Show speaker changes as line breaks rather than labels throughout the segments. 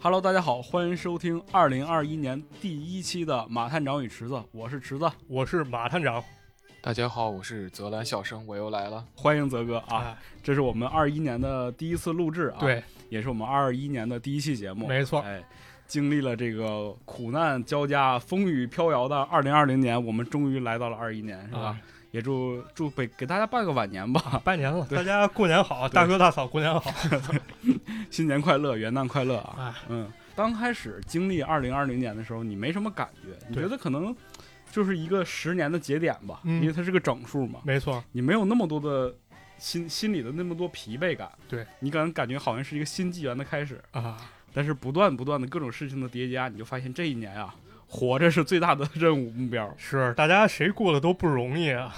Hello，大家好，欢迎收听二零二一年第一期的《马探长与池子》，我是池子，
我是马探长
大家好，我是泽兰笑声，我又来了。
欢迎泽哥啊！
哎
这是我们二一年的第一次录制啊，，
对，
也是我们二一年的第一期节目，
没错
哎，经历了这个苦难交加、风雨飘摇的二零二零年，我们终于来到了二一哎年，是吧？
啊
也祝祝给给大家拜个晚年吧，
拜年了，大家过年好，大哥大嫂 过年好，
新年快乐，元旦快乐啊！
哎，
嗯，刚开始经历二零二零年的时候，你没什么感觉，你
对
觉得可能就是一个十年的节点吧，
嗯
因为它是个整数嘛，
没错，
你没有那么多的心心里的那么多疲惫感，
对
你感感觉好像是一个新纪元的开始，
啊，
但是不断不断的各种事情的叠加，你就发现这一年啊，活着是最大的 任务目标，
是大家谁过得都不容易啊，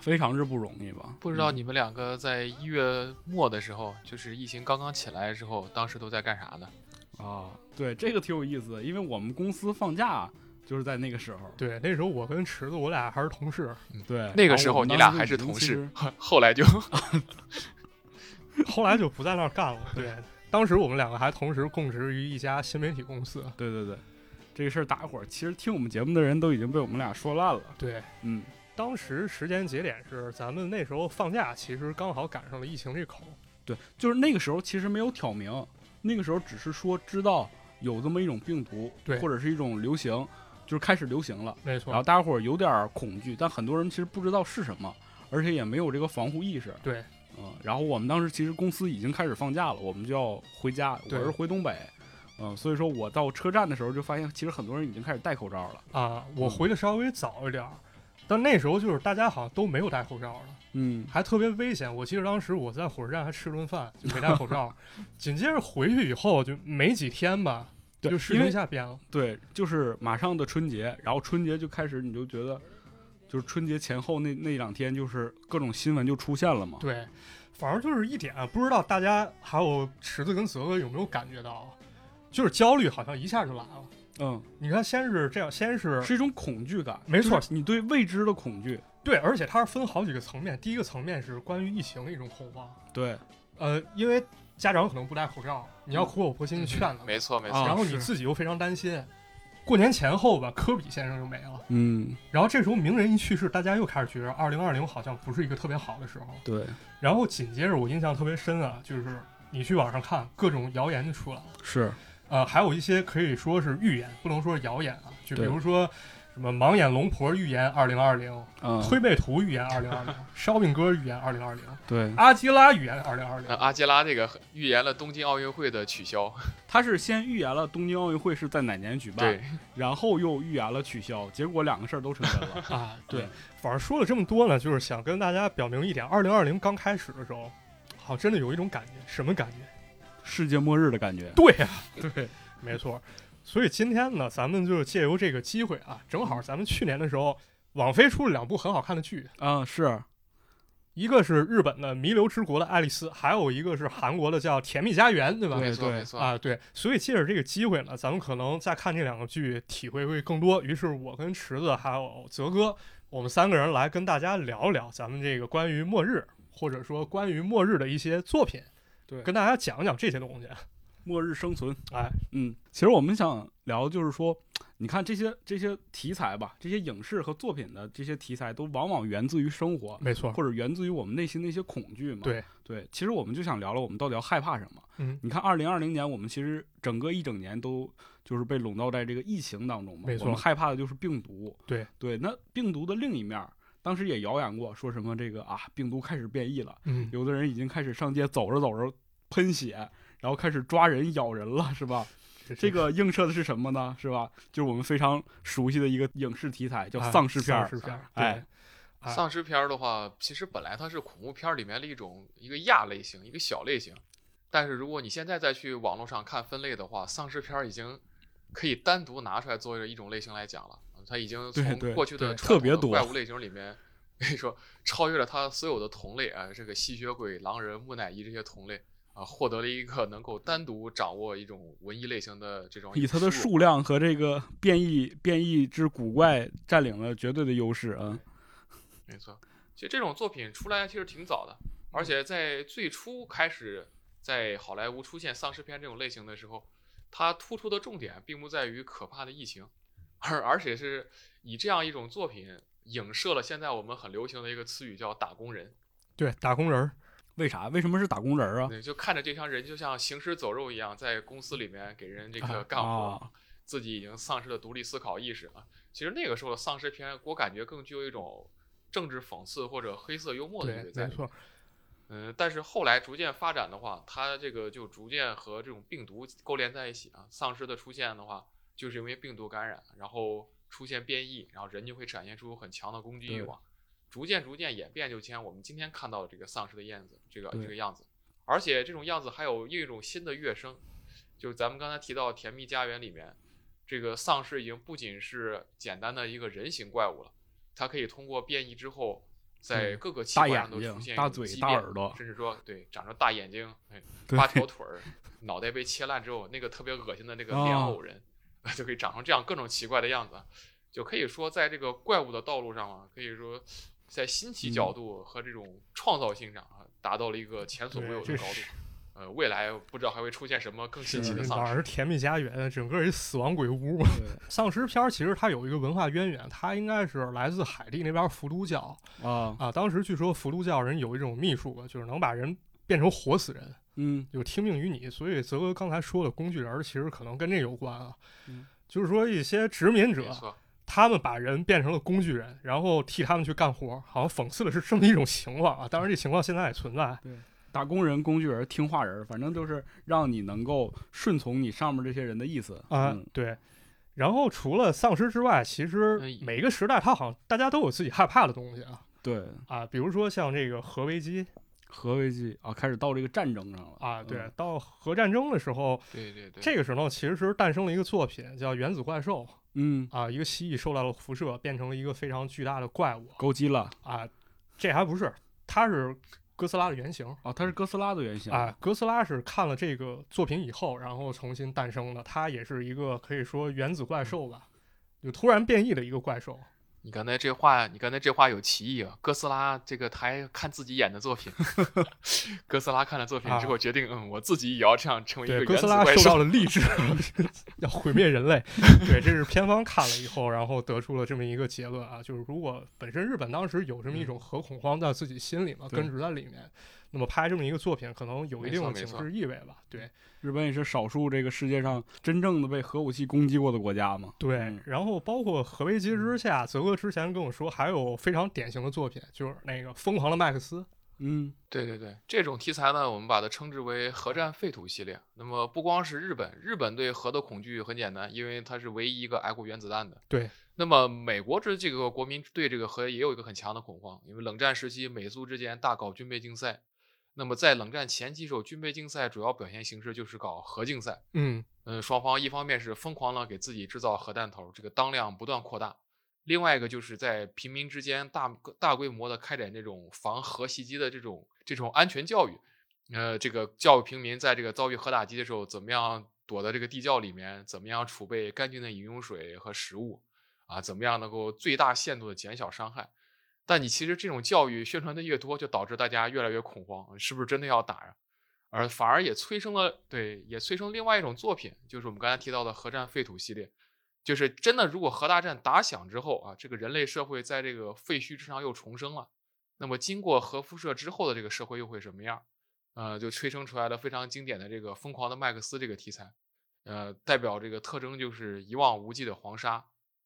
非常之不容易吧？
不知道
嗯
你们两个在一月末的时候，就是疫情刚刚起来的时候，当时都在干啥呢？
啊，对，这个挺有意思的，因为我们公司放假就是在那个时候，
对，那时候我跟池子，我俩还是 同事，
对，
那
然后
个时
我
候
们
你
当
俩
时
还
已
是
经
同
其实
事，后来就
后来就不在那儿干了，对，当时我们两个还同时供职于一家新媒体公司，
对对对，这个事儿大伙儿其实听我们节目的人都已经被我们俩说烂了。
对，
嗯，
当时时间节点是咱们那时候放假，其实刚好赶上了疫情这口，
对，就是那个时候其实没有挑明，那个时候只是说知道有这么一种病毒，
对
或者是一种流行，就是开始流行了，
没
然后
错，
大家伙儿有点儿恐惧，但很多人其实不知道是什么，而且也没有这个防护意识。
对，
嗯，然后我们当时其实公司已经开始放假了，我们就要回家，我
对
是回东北。嗯，所以说我到车站的时候就发现，其实很多人已经开始戴口罩了。
啊，我
嗯
回的稍微早一点儿，但那时候就是大家好像都没有戴口罩了。
嗯，
还特别危险。我记得当时我在火车站还吃了顿饭，就没戴口 罩。紧接着回去以后就没几天吧，
对，
就事
因
情
为
一下变了。
对，就是马上的春节，然后春节就开始，你就觉得，就是春节前后那那两天，就是各种新闻就出现了嘛。
对，反正就是一点，不知道大家还有池子跟泽哥有没有感觉到，就是焦虑好像一下就来了。
嗯，
你看，先是这样，先是
是一种恐惧感，
没错，
你对未知的恐惧。
对，而且它是分好几个层面。第一个层面是关于疫情的一种恐慌，
对，
呃，因为家长可能不戴口罩，你要苦口婆心的劝 他们，
没错没
啊
错，
然后你
是
自己又非常担心。过年前后吧，科比先生就没了。
嗯，
然后这时候名人一去世，大家又开始觉得二零二零好像不是一个特别好的时候。
对，
然后紧接着我印象特别深啊，就是你去网上看各种谣言就出来了，
是，
呃，还有一些可以说是预言，不能说是谣言啊，就比
对
如说什么盲眼龙婆预言二零二零，
嗯，
推背图预言二零二 零，烧饼哥预言二零二零，
对，
阿基拉预言二零二零。
那，
啊
阿基拉这个预言了东京奥运会的取消，
他是先预言了东京奥运会是在哪年举办，
对，
然后又预言了取消，结果两个事儿都成真了
啊，
对，
反正说了这么多呢，就是想跟大家表明一点，二零二零刚开始的时候，好，真的有一种感觉，什么感觉？
世界末日的感觉。
对呀、啊
对，
没错，所以今天呢，咱们就借由这个机会啊，正好咱们去年的时候，网飞出了两部很好看的剧，
啊，是，
一个是日本的《弥留之国的爱丽丝》，还有一个是韩国的叫《甜蜜家园》，对吧？
对
没错
对
没错。
啊，对，所以借着这个机会呢，咱们可能再看这两个剧，体会会更多。于是我跟池子还有泽哥，我们三个人来跟大家聊聊咱们这个关于末日，或者说关于末日的一些作品，
对
跟大家讲讲这些东西。
末日生存。
哎，
嗯，其实我们想聊就是说，你看这些这些题材吧，这些影视和作品的这些题材，都往往源自于生活，
没错，
或者源自于我们内心的一些恐惧嘛。
对
对，其实我们就想聊聊我们到底要害怕什么。
嗯
你看，二零二零年我们其实整个一整年都就是被笼罩在这个疫情当中嘛，
没错
我们害怕的就是病毒。
对
对，那病毒的另一面儿，当时也谣言过，说什么这个啊，病毒开始变异了。
嗯，
有的人已经开始上街走着走着喷血，然后开始抓人咬人了，是吧？ 这个映射的是什么呢？是吧？就是我们非常熟悉的一个影视题材，叫
啊
哎丧尸片儿。
丧尸片儿，
哎
对，啊
丧尸片儿的话，其实本来它是恐怖片儿里面的一种一个亚类型，一个小类型。但是如果你现在再去网络上看分类的话，丧尸片儿已经可以单独拿出来作为一种类型来讲了。嗯它已经
对
从
对
过去的
对
传
特
统
别
的
多
怪物类型里面，可以说超越了它所有的同类啊，这个吸血鬼、狼人、木乃伊这些同类啊，获得了一个能够单独掌握一种文艺类型的这种
以它的
数
数量和这个变异变异之古怪占领了绝对的优势啊！
没错，其实这种作品出来其实挺早的，而且在最初开始在好莱坞出现丧尸片这种类型的时候，它突出的重点并不在于可怕的疫情，而而且是以这样一种作品影射了现在我们很流行的一个词语叫“打工人
对，打工人儿，
为啥？为什么是打工人儿”，啊？
对，就看着这帮人就像行尸走肉一样，在公司里面给人这个
啊
干活，
啊
自己已经丧失了独立思考意识啊。其实那个时候的丧尸片，我感觉更具有一种政治讽刺或者黑色幽默的意味
对，
在
没
里面。
错，
嗯，但是后来逐渐发展的话，它这个就逐渐和这种病毒勾连在一起啊。丧尸的出现的话，就是因为病毒感染，然后出现变异，然后人就会展现出很强的攻击欲
对
望，逐渐逐渐演变，就像我们今天看到的这个丧尸的样子，这个
对
这个样子。而且这种样子还有另一种新的跃升，就是咱们刚才提到《甜蜜家园》里面，这个丧尸已经不仅是简单的一个人形怪物了，它可以通过变异之后，在
嗯
各个器
大
官
眼
上都
睛
出现一
大
种
嘴
畸
大
变
耳朵
甚至说对长着大眼睛、哎
对
八条腿儿、脑袋被切烂之后，那个特别恶心的那
啊
个莲藕人， 就可以长成这样各种奇怪的样子，就可以说在这个怪物的道路上啊，可以说在
嗯
新奇角度和这种创造性上啊，达到了一个前所未有
对
的
这
高
是
度。呃，未来不知道还会出现什么更新奇的丧
哪
尸。
儿嗯甜蜜家园，整个一死亡鬼屋。 丧尸片儿其实它有一个文化渊源，它应该是来自海地那边伏都教
啊，
啊。当时据说伏都教人有一种秘术，就是能把人变成活死人，
嗯，
就听命于你。所以泽哥刚才说的工具人，其实可能跟这有关啊。
嗯
就是说一些殖民者
没，错，
他们把人变成了工具人，然后替他们去干活，好像讽刺的是这么一种情况啊。当然，这情况现在也存在。
打工人、工具人、听话人，反正就是让你能够顺从你上面这些人的意思
啊、
嗯
对。然后除了丧尸之外，其实
哎
嗯
每个时代它好像大家都有自己害怕的东西啊
对，
啊，比如说像这个核危机
核危机啊，开始到这个战争上了
啊，对，
嗯
到核战争的时候，
对对对，
这个时候其实诞生了一个作品叫《原子怪兽》
嗯，
啊，一个蜥蜴受到了辐射，变成了一个非常巨大的怪物
勾机了
啊，这还不是，它是哥斯拉的原型
啊，它是哥斯拉的原型
啊，哥斯拉是看了这个作品以后，然后重新诞生的，它也是一个可以说原子怪兽吧，就突然变异的一个怪兽。
你刚才这话，你刚才这话有歧义啊！哥斯拉这个他还看自己演的 作品，哥斯拉看了作品之后决定，嗯，我自己也要这样成为一个
啊对，
原
哥斯
子
拉
怪
受到
兽。
了励志，要毁灭人类。对，这是片方看了以后，然后得出了这么一个结论啊，就是如果本身日本当时有这么
嗯
一种核恐慌在自己心里嘛，
对
根植在里面，那么拍这么一个作品，可能有一定的
没错
警
没错
示意味吧？对
日本也是少数这个世界上真正的被核武器攻击过的国家嘛。
对
嗯。
然后包括核危机
嗯
之下，泽哥之前跟我说，还有非常典型的作品，就是那个《疯狂的麦克斯》。
嗯，
对对对，这种题材呢，我们把它称之为核战废土系列。那么不光是日本，日本对核的恐惧很简单，因为它是唯一一个挨过原子弹的。
对。
那么美国这这个国民对这个核也有一个很强的恐慌，因为冷战时期美苏之间大搞军备竞赛。那么在冷战前期时候，军备竞赛主要表现形式就是搞核竞赛。
嗯，
嗯，双方一方面是疯狂的给自己制造核弹头，这个当量不断扩大；另外一个就是在平民之间大大规模的开展这种防核袭击的这种这种安全教育。呃，这个教育平民在这个遭遇核打击的时候，怎么样躲到这个地窖里面，怎么样储备干净的饮用水和食物，啊，怎么样能够最大限度的减小伤害。但你其实这种教育宣传的越多，就导致大家越来越恐慌，是不是真的要打呀、而反而也催生了对，也催生另外一种作品，就是我们刚才提到的核战废土系列，就是真的如果核大战打响之后啊，这个人类社会在这个废墟之上又重生了，那么经过核辐射之后的这个社会又会什么样？呃，就催生出来了非常经典的这个疯狂的麦克斯这个题材，呃，代表这个特征就是一望无际的黄沙，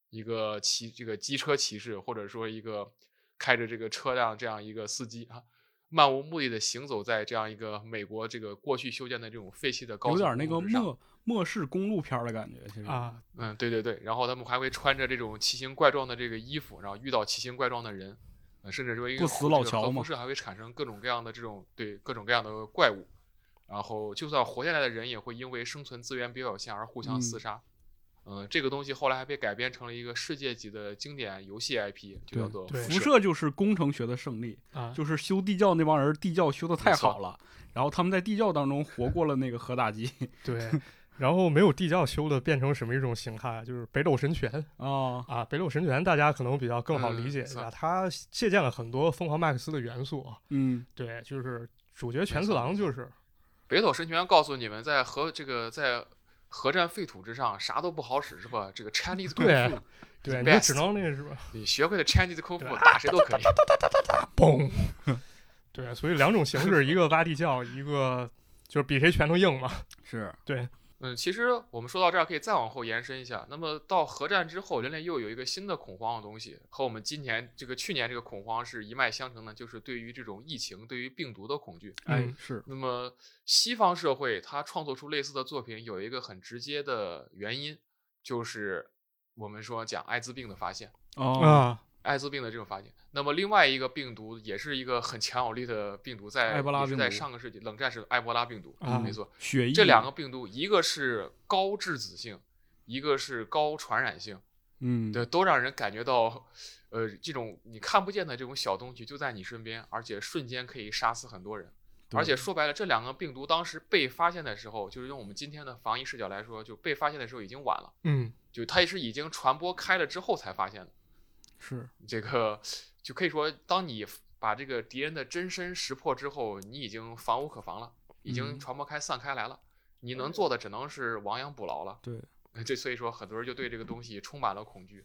一个骑这个机车骑士或者说一个开着这个车辆这样一个司机啊，漫无目的的行走在这样一个美国这个过去修建的这种废弃的高
有
速
点那
公
个
路之上
末末世公路片儿的感觉，其实
啊，
嗯，对对对，然后他们还会穿着这种奇形怪状的这个衣服，然后遇到奇形怪状的人，呃，甚至说因为
不死老乔
核
嘛
辐射还会产生各种各样的这种对各种各样的怪物，然后就算活下来的人也会因为生存资源比较有限而互相厮
嗯
杀。嗯、这个东西后来还被改编成了一个世界级的经典游戏 IP，就叫
对
做
对
辐
辐射就是工程学的胜利，
啊，
就是修地窖那帮人地窖修的太
没错
好了，然后他们在地窖当中活过了那个核打 击
对。 然后没有地窖修的变成什么一种形态？就是北斗神拳。
啊，
啊，北斗神拳大家可能比较更好理
嗯
解一
算
下，它借鉴了很多疯狂麦克斯的元素。啊
嗯，
对，就是主角全
没
次
错
郎就是
北斗神拳告诉你们，在核这个在核战废土之上，啥都不好使是吧？这个 Chinese
对
Kung Fu，
对，
The
你就只
best
能那个 是吧？
你学会了 Chinese Kung Fu，
对
打谁都可以。
嘣，对，所以两种形 式，一个挖地窖，一个就是比谁拳头硬嘛。
是
嗯，其实我们说到这儿，可以再往后延伸一下。那么到核战之后，人类又有一个新的恐慌的东西，和我们今年这个去年这个恐慌是一脉相承的，就是对于这种疫情、对于病毒的恐惧。
哎
嗯
是
那么西方社会它创作出类似的作品，有一个很直接的原因，就是我们说讲艾滋病的发现，
哦，
啊，
艾滋病的这种发现。那么另外一个病毒也是一个很强有力的病毒，在
埃博拉
也是在
病毒
上个世纪冷战时的埃博拉病毒，
啊
没错，
血液
这两个病毒一个是高致死性，一个是高传染性，
嗯
对，都让人感觉到。呃，这种你看不见的这种小东西就在你身边，而且瞬间可以杀死很多人。
对
而且说白了，这两个病毒当时被发现的时候，就是用我们今天的防疫视角来说，就被发现的时候已经晚了，
嗯，
就它也是已经传播开了之后才发现的。
是
这个就可以说，当你把这个敌人的真身识破之后，你已经防无可防了，已经
嗯
传播开、散开来了。你能做的只能是亡羊补牢了。
对
呃，这所以说很多人就对这个东西充满了恐惧，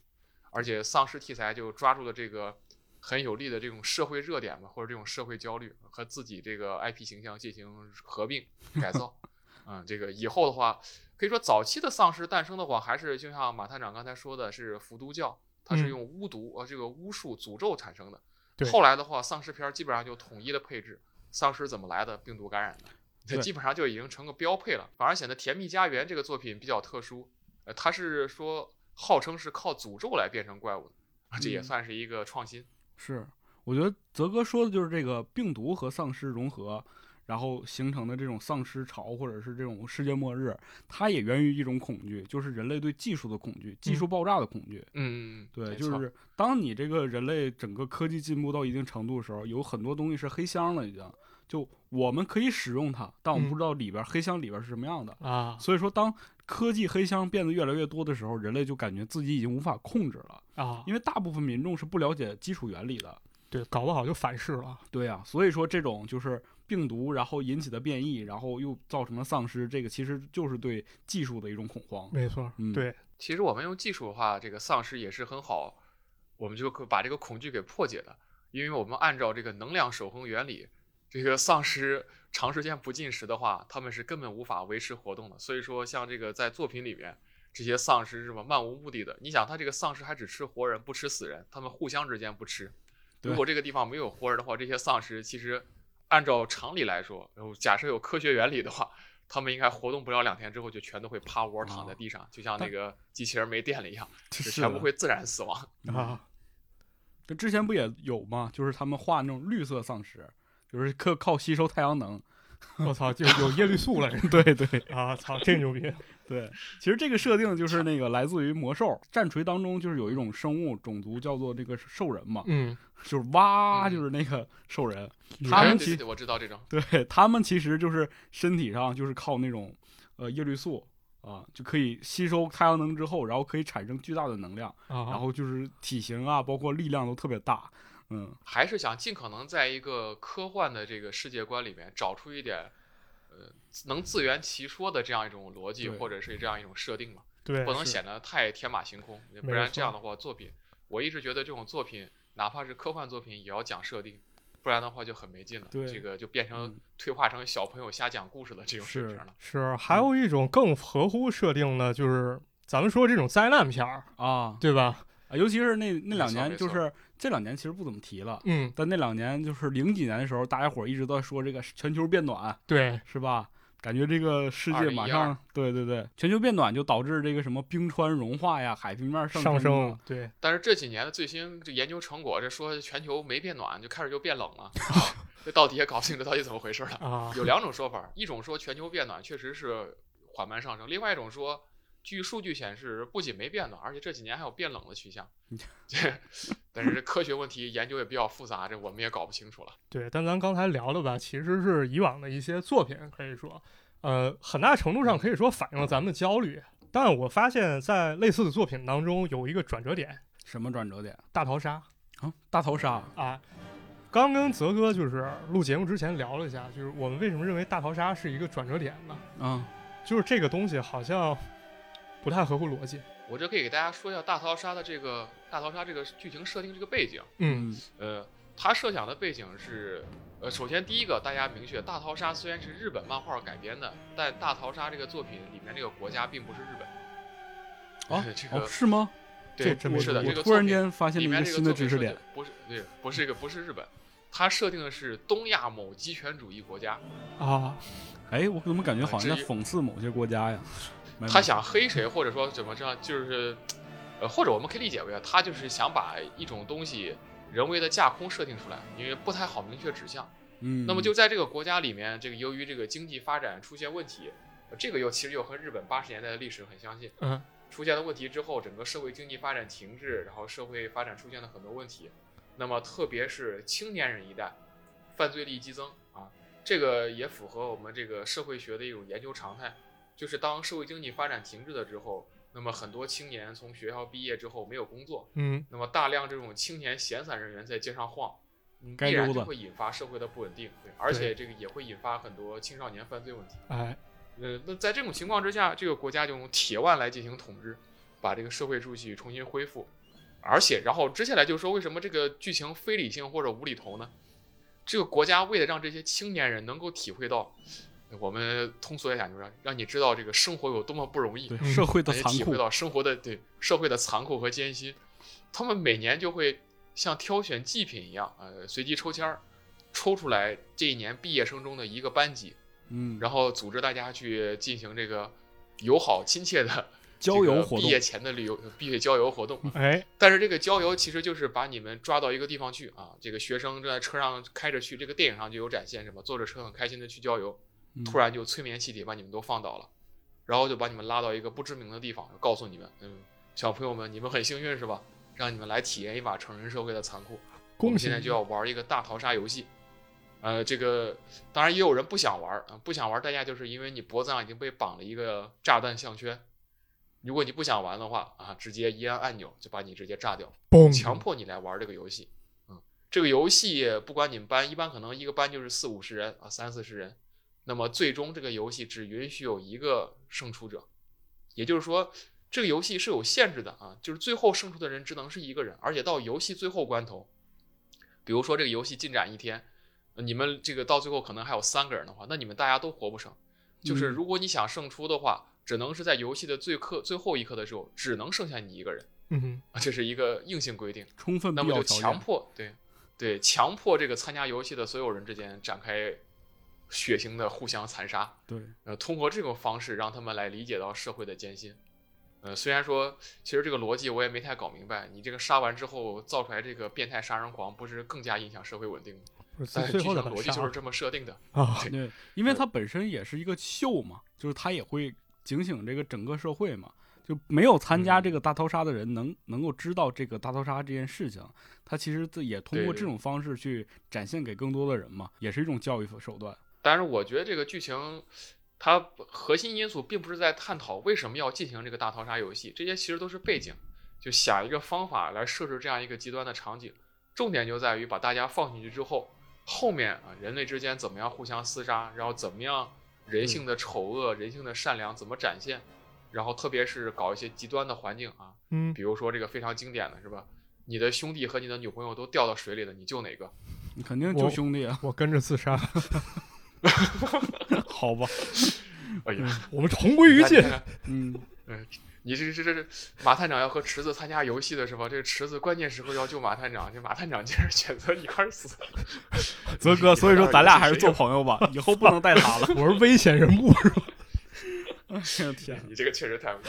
而且丧尸题材就抓住了这个很有力的这种社会热点吧，或者这种社会焦虑和自己这个 IP 形象进行 合并改造。嗯，这个以后的话，可以说早期的丧尸诞生的话，还是就像马探长刚才说的，是伏都教，它是
嗯
用巫毒呃这个巫术诅咒产生的。
对
后来的话，丧尸片儿基本上就统一的配置，丧尸怎么来的，病毒感染的，这
对
基本上就已经成个标配了。反而显得《甜蜜家园》这个作品比较特殊，呃，它是说号称是靠诅咒来变成怪物的，啊这也
嗯
算是一个创新。
是，我觉得泽哥说的就是这个病毒和丧尸融合，然后形成的这种丧尸潮或者是这种世界末日，它也源于一种恐惧，就是人类对技术的恐惧，技术爆炸的恐惧。
嗯，
对，
没
就
错
是当你这个人类整个科技进步到一定程度的时候，有很多东西是黑箱了，已经。就我们可以使用它，但我们
嗯
不知道里边、黑箱里边是什么样的。
啊
所以说，当科技黑箱变得越来越多的时候，人类就感觉自己已经无法控制了，
啊，
因为大部分民众是不了解基础原理的。
对，搞不好就反噬了。
对呀、所以说这种就是病毒，然后引起的变异，然后又造成了丧失，这个其实就是对技术的一种恐慌。
没错，
嗯，
对，
其实我们用技术的话，这个丧尸也是很好，我们就可把这个恐惧给破解的，因为我们按照这个能量守恒原理，这个丧尸长时间不进食的话，他们是根本无法维持活动的。所以说，像这个在作品里面，这些丧尸是吧，漫无目的的。你想，他这个丧尸还只吃活人，不吃死人，他们互相之间不吃。
对
如果这个地方没有活人的话，这些丧尸其实按照常理来说，然后假设有科学原理的话，他们应该活动不了两天之后就全都会趴窝躺在地上，就像那
啊但
个机器人没电了一样，
这
就是全部
的
会自然死亡。
嗯
啊。
这之前不也有吗？就是他们画那种绿色丧尸，就是靠靠吸收太阳能。
我操，就有叶绿素了
对对
啊！操，这 牛逼！
对，其实这个设定就是那个来自于魔兽战锤当中，就是有一种生物种族叫做这个兽人嘛，
嗯，
就是哇，
嗯
就是那个兽人，
哎
他们
对
其
对对我知道这种，
对他们其实就是身体上就是靠那种呃叶绿素啊、就可以吸收太阳能之后，然后可以产生巨大的能量，
然
然后就是体型啊，包括力量都特别大。嗯，
还是想尽可能在一个科幻的这个世界观里面找出一点，呃，能自圆其说的这样一种逻辑
对
或者是这样一种设定嘛，
对
不能
是
显得太天马行空，不
没
然
错
这样的话作品，我一直觉得这种作品哪怕是科幻作品也要讲设定。不然的话就很没劲了，
对
这个就变成
嗯
退化成小朋友瞎讲故事的这种水
是
平了。
是还有一种更合乎设定的，就是咱们说这种灾难片儿，
啊，
对吧？
啊尤其是那那两
没错没
年，就
错
是这两年其实不怎么提了，
嗯，
但那两年就是零几年的时候，大家伙儿一直在说这个全球变暖，
对，
是吧？感觉这个世界马
2012
上，对对对，全球变暖就导致这个什么冰川融化呀，海平面
上
升啊
升，对，
但是这几年的最新这研究成果，这说全球没变暖，就开始就 变冷了，啊这到底也搞不清这到底怎么回事了。
啊，
有两种说法，一种说全球变暖确实是缓慢上升，另外一种说，据数据显示不仅没变暖，而且这几年还有变冷的趋向。这，但是这科学问题研究也比较复杂，这我们也搞不清楚了。
对，但咱刚才聊的吧，其实是以往的一些作品，可以说，呃，很大程度上可以说反映了咱们的焦虑。但我发现，在类似的作品当中，有一个转折点，
什么转折点
《大逃杀
啊？大逃杀，》
啊。刚跟泽哥就是录节目之前聊了一下，就是我们为什么认为《大逃杀》是一个转折点呢？
嗯，
就是这个东西好像不太合乎逻辑。
我这可以给大家说一下大逃杀的这个大逃杀这个剧情设定这个背景。
嗯，
呃，他设想的背景是，呃，首先第一个大家明确，大逃杀虽然是日本漫画改编的，但大逃杀这个作品里面这个国家并不是日本。
啊
这个、
哦，是吗？
对，
这真
我
没
是的，
我
这个
突然
作品
间发现了
里
一
面
个
这
新
个
的
作品
知识
设
点
定。不是对，不是一个不是日本，它设定的是东亚某集权主义国家，
啊，
哎，我怎么感觉
啊
好
至
像在
于
讽刺某些国家哎呀？没
他
没
想黑谁，或者说怎么这样，就是，呃，或者我们可以理解为啊他就是想把一种东西人为的架空设定出来，因为不太好明确指向。
嗯，
那么就在这个国家里面，这个由于这个经济发展出现问题，呃这个又其实又和日本八十年代的历史很相近。
嗯，
出现了问题之后，整个社会经济发展停滞，然后社会发展出现了很多问题。那么特别是青年人一代，犯罪率激增啊，这个也符合我们这个社会学的一种研究常态，就是当社会经济发展停滞了之后，那么很多青年从学校毕业之后没有工作，
嗯，
那么大量这种青年闲散人员在街上晃，嗯
该
必然
溜
就
达
会引发社会的不稳定，对，而且这个也会引发很多青少年犯罪问题。
哎，
呃，那在这种情况之下，这个国家就用铁腕来进行统治，把这个社会秩序重新恢复。而且，然后接下来就是说，为什么这个剧情非理性或者无厘头呢？这个国家为了让这些青年人能够体会到，呃我们通俗来讲就是让让你知道这个生活有多么不容易，
对
嗯
社会的
让你
残
体
酷
会，到生活的对社会的残酷和艰辛。他们每年就会像挑选祭品一样，呃，随机抽签儿，抽出来这一年毕业生中的一个班级，
嗯，
然后组织大家去进行这个友好亲切的这
郊游
个
活
毕
动嗯
业前的旅游、呃毕业郊游活动。
哎，
但是这个郊游其实就是把你们抓到一个地方去啊，这个学生正在车上开着去，这个电影上就有展现什么，坐着车很开心的去郊游，突
然
然就催眠气体把你们都放倒了，然后就把你们拉到一个不知名的地方，告诉你们，嗯，小朋友们，你们很幸运是吧？让你们来体验一把成人社会的残酷。我
恭
们
喜
现
你！
在就要玩一个大逃杀游戏。呃，这个当然也有人不想玩儿啊，不想玩儿代价就是因为你脖子上已经被绑了一个炸弹项圈，如果你不想玩的话啊，直接一按按钮就把你直接炸掉，
嘣，
强迫你来玩这个游戏。嗯，这个游戏不管你们班，一般可能一个班就是四五十人啊，三四十人。那么最终这个游戏只允许有一个胜出者，也就是说，这个游戏是有限制的啊，就是最后胜出的人只能是一个人，而且到游戏最后关头，比如说这个游戏进展一天，呃你们这个到最后可能还有三个人的话，那你们大家都活不成。就是
嗯
如果你想胜出的话，只能是在游戏的最刻最后一刻的时候，只能剩下你一个人，
嗯，
啊这是一个硬性规定。
充分
那
必
么
要
就
条
强
件，
迫对对强迫这个参加游戏的所有人之间展开血腥的互相残杀，
对，
呃，通过这种方式让他们来理解到社会的艰辛。呃，虽然说其实这个逻辑我也没太搞明白，你这个杀完之后造出来这个变态杀人狂，不是更加影响社会稳定吗？
不是
但
最
是剧
后
情
的把
逻辑
杀
就是
了
这么设定的。
啊，
对
对，因为它本身也是一个秀嘛，就是它也会警醒这个整个社会嘛。就没有参加
嗯
这个大逃杀的人能能够知道这个大逃杀这件事情，他其实自也通
对
过
对
这种方式去展现给更多的人嘛，也是一种教育手段。
但是我觉得这个剧情，它核心因素并不是在探讨为什么要进行这个大逃杀游戏，这些其实都是背景，就想一个方法来设置这样一个极端的场景。重点就在于把大家放进去之后，后面啊人类之间怎么样互相厮杀，然后怎么样人性的丑恶、人性的善良怎么展现，然后特别是搞一些极端的环境啊，
嗯，
比如说这个非常经典的是吧？你的兄弟和你的女朋友都掉到水里了，你救哪个？
你肯定救
我
兄弟 啊，
我跟着自 杀，
好吧？
哎呀，
我们同归于
那你
尽
看。看
嗯，
你这这这这马探长要和池子参加游戏的时候，这个池子关键时候要救马探长，这马探长竟然选择一块儿死。
泽哥，所以说咱俩还是做朋友吧， 以后不能带他了。
我是危险人 物，是吧？
天，
你这个确实太无语。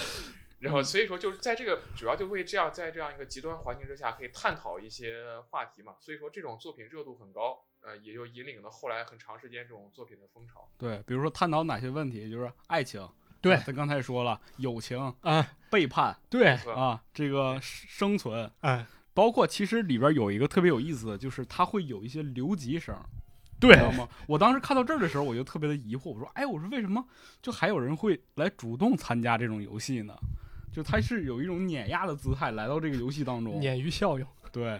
嗯
然后所以说就是在这个主要就为这样在这样一个极端环境之下，可以探讨一些话题嘛。所以说这种作品热度很高，呃，也就引领了后来很长时间这种作品的风潮。
对，比如说探讨哪些问题，就是爱情，
对
咱刚才也说了，友情、
啊，
背叛
对，
对
啊，这个生存，
哎，
包括其实里边有一个特别有意思的，就是它会有一些留级声，
对
你
哎
知，道吗？我当时看到这儿的时候，我就特别的疑惑，我说：“哎，我说为什么就还有人会来主动参加这种游戏呢？就他是有一种碾压的姿态来到这个游戏当中，
鲶鱼效应。
对。”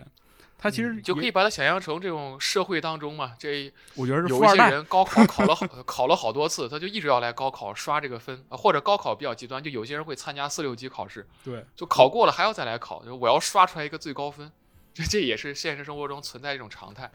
它其实
嗯
也
就可以把它想象成这种社会当中嘛，这
我觉得是
有
富
一
二
些
代，
人高考考了好考了好多次，他就一直要来高考刷这个分，啊或者高考比较极端，就有些人会参加四六级考试，
对，
就考过了还要再来考，就我要刷出来一个最高分，这这也是现实生活中存在一种常态。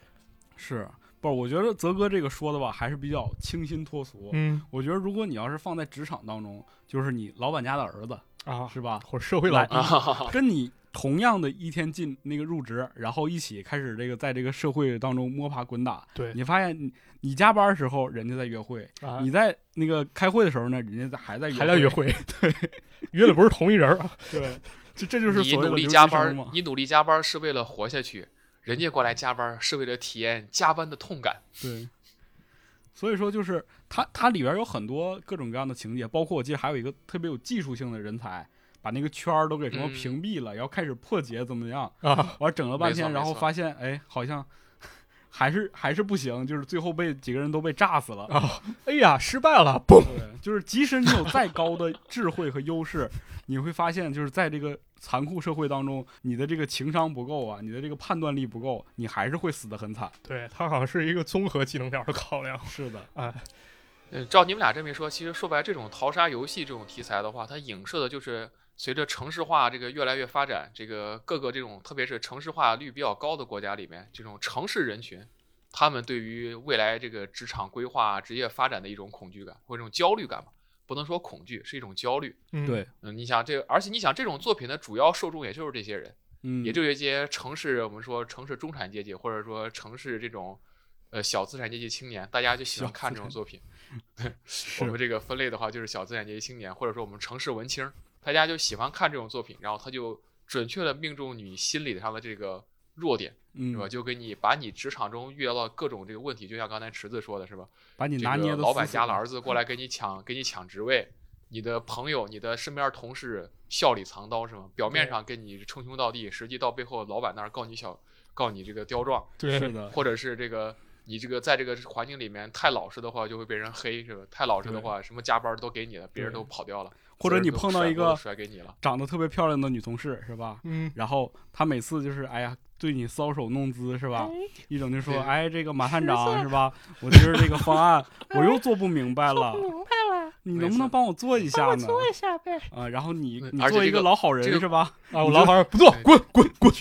是不？我觉得泽哥这个说的吧，还是比较清新脱俗。
嗯
我觉得如果你要是放在职场当中，就是你老板家的儿子，
啊，
是吧？
或者社会老
啊
来跟你同样的一天进那个入职，然后一起开始这个在这个社会当中摸爬滚打。
对
你发现你你加班的时候人家在约会，
啊，
你在那个开会的时候呢，人家在还在约
还在约会，对，约的不是同一人儿啊，
对，这这就是
你
所谓
努
的
力
留
加
职生
班
嘛，。
你努力加班是为了活下去，人家过来加班是为了体验加班的痛感。
对，所以说就是它它里边有很多各种各样的情节，包括我记得还有一个特别有技术性的人才，把那个圈儿都给什么
嗯
屏蔽了，然后开始破解怎么样，
啊，
完整了半
没错
天，然
没
后
错
发现哎好像还是还是不行，就是最后被几个人都被炸死 了。
哎呀，失败了，嘣，
对，就是即使你有再高的智慧和优势，你会发现，就是在这个残酷社会当中，你的这个情商不够啊，你的这个判断力不够，你还是会死得很 惨。
对，它好像是一个综合技能点儿的考量，
是的，
嗯，照你们俩这么一说，其实说白了，这种淘沙游戏这种题材的话，它影射的就是随着城市化这个越来越发展，这个各个这种特别是城市化率比较高的国家里面，这种城市人群，他们对于未来这个职场规划、啊职业发展的一种恐惧感或者一种焦虑感吧，不能说恐惧，是一种焦虑。
嗯，
对，
嗯，你想这，而且你想这种作品的主要受众也就是这些人，
嗯，
也就是一些城市，我们说城市中产阶级，或者说城市这种呃小资产阶级青年，大家就喜欢
小
看
资
这种
产
作品。
是
我们这个分类的话，就是小资产阶级青年，或者说我们城市文青，大家就喜欢看这种作品，然后他就准确的命中你心理上的这个弱点，
嗯
是吧？就给你把你职场中遇到的各种这个问题，就像刚才池子说的是吧？
把你
这
拿捏
个
的
老板
死
家
死
的
的嗯
儿子过来给你抢，给你抢职位，你的朋友、你的身边同事笑里藏刀是吗？表面
对
上跟你称兄道弟，实际到背后老板那儿告你小，告你这个刁状，
对，
是的，
或者是这个你这个在这个环境里面太老实的话就会被人黑是吧？太老实的
对
话，什么加班都给你了，别人
对
都跑掉了，
或者
责任
你
都
碰到
甩
一
锅都
个
甩给你了，
长得特别漂亮的女同事是吧？
嗯，
然后她每次就是哎呀，对你搔首弄姿是吧？一整就说
对
哎，这个马探长是吧？我觉得这个方 案我又做不明白了
不，明白了，
你
没
能不能
错
帮我做一下
帮我
呢？
做一下呗。
啊，然后你
嗯
你
而且
作为
这
一个
个
老好人
这个
是吧？
啊，我
你
老
就
板不做，滚滚滚，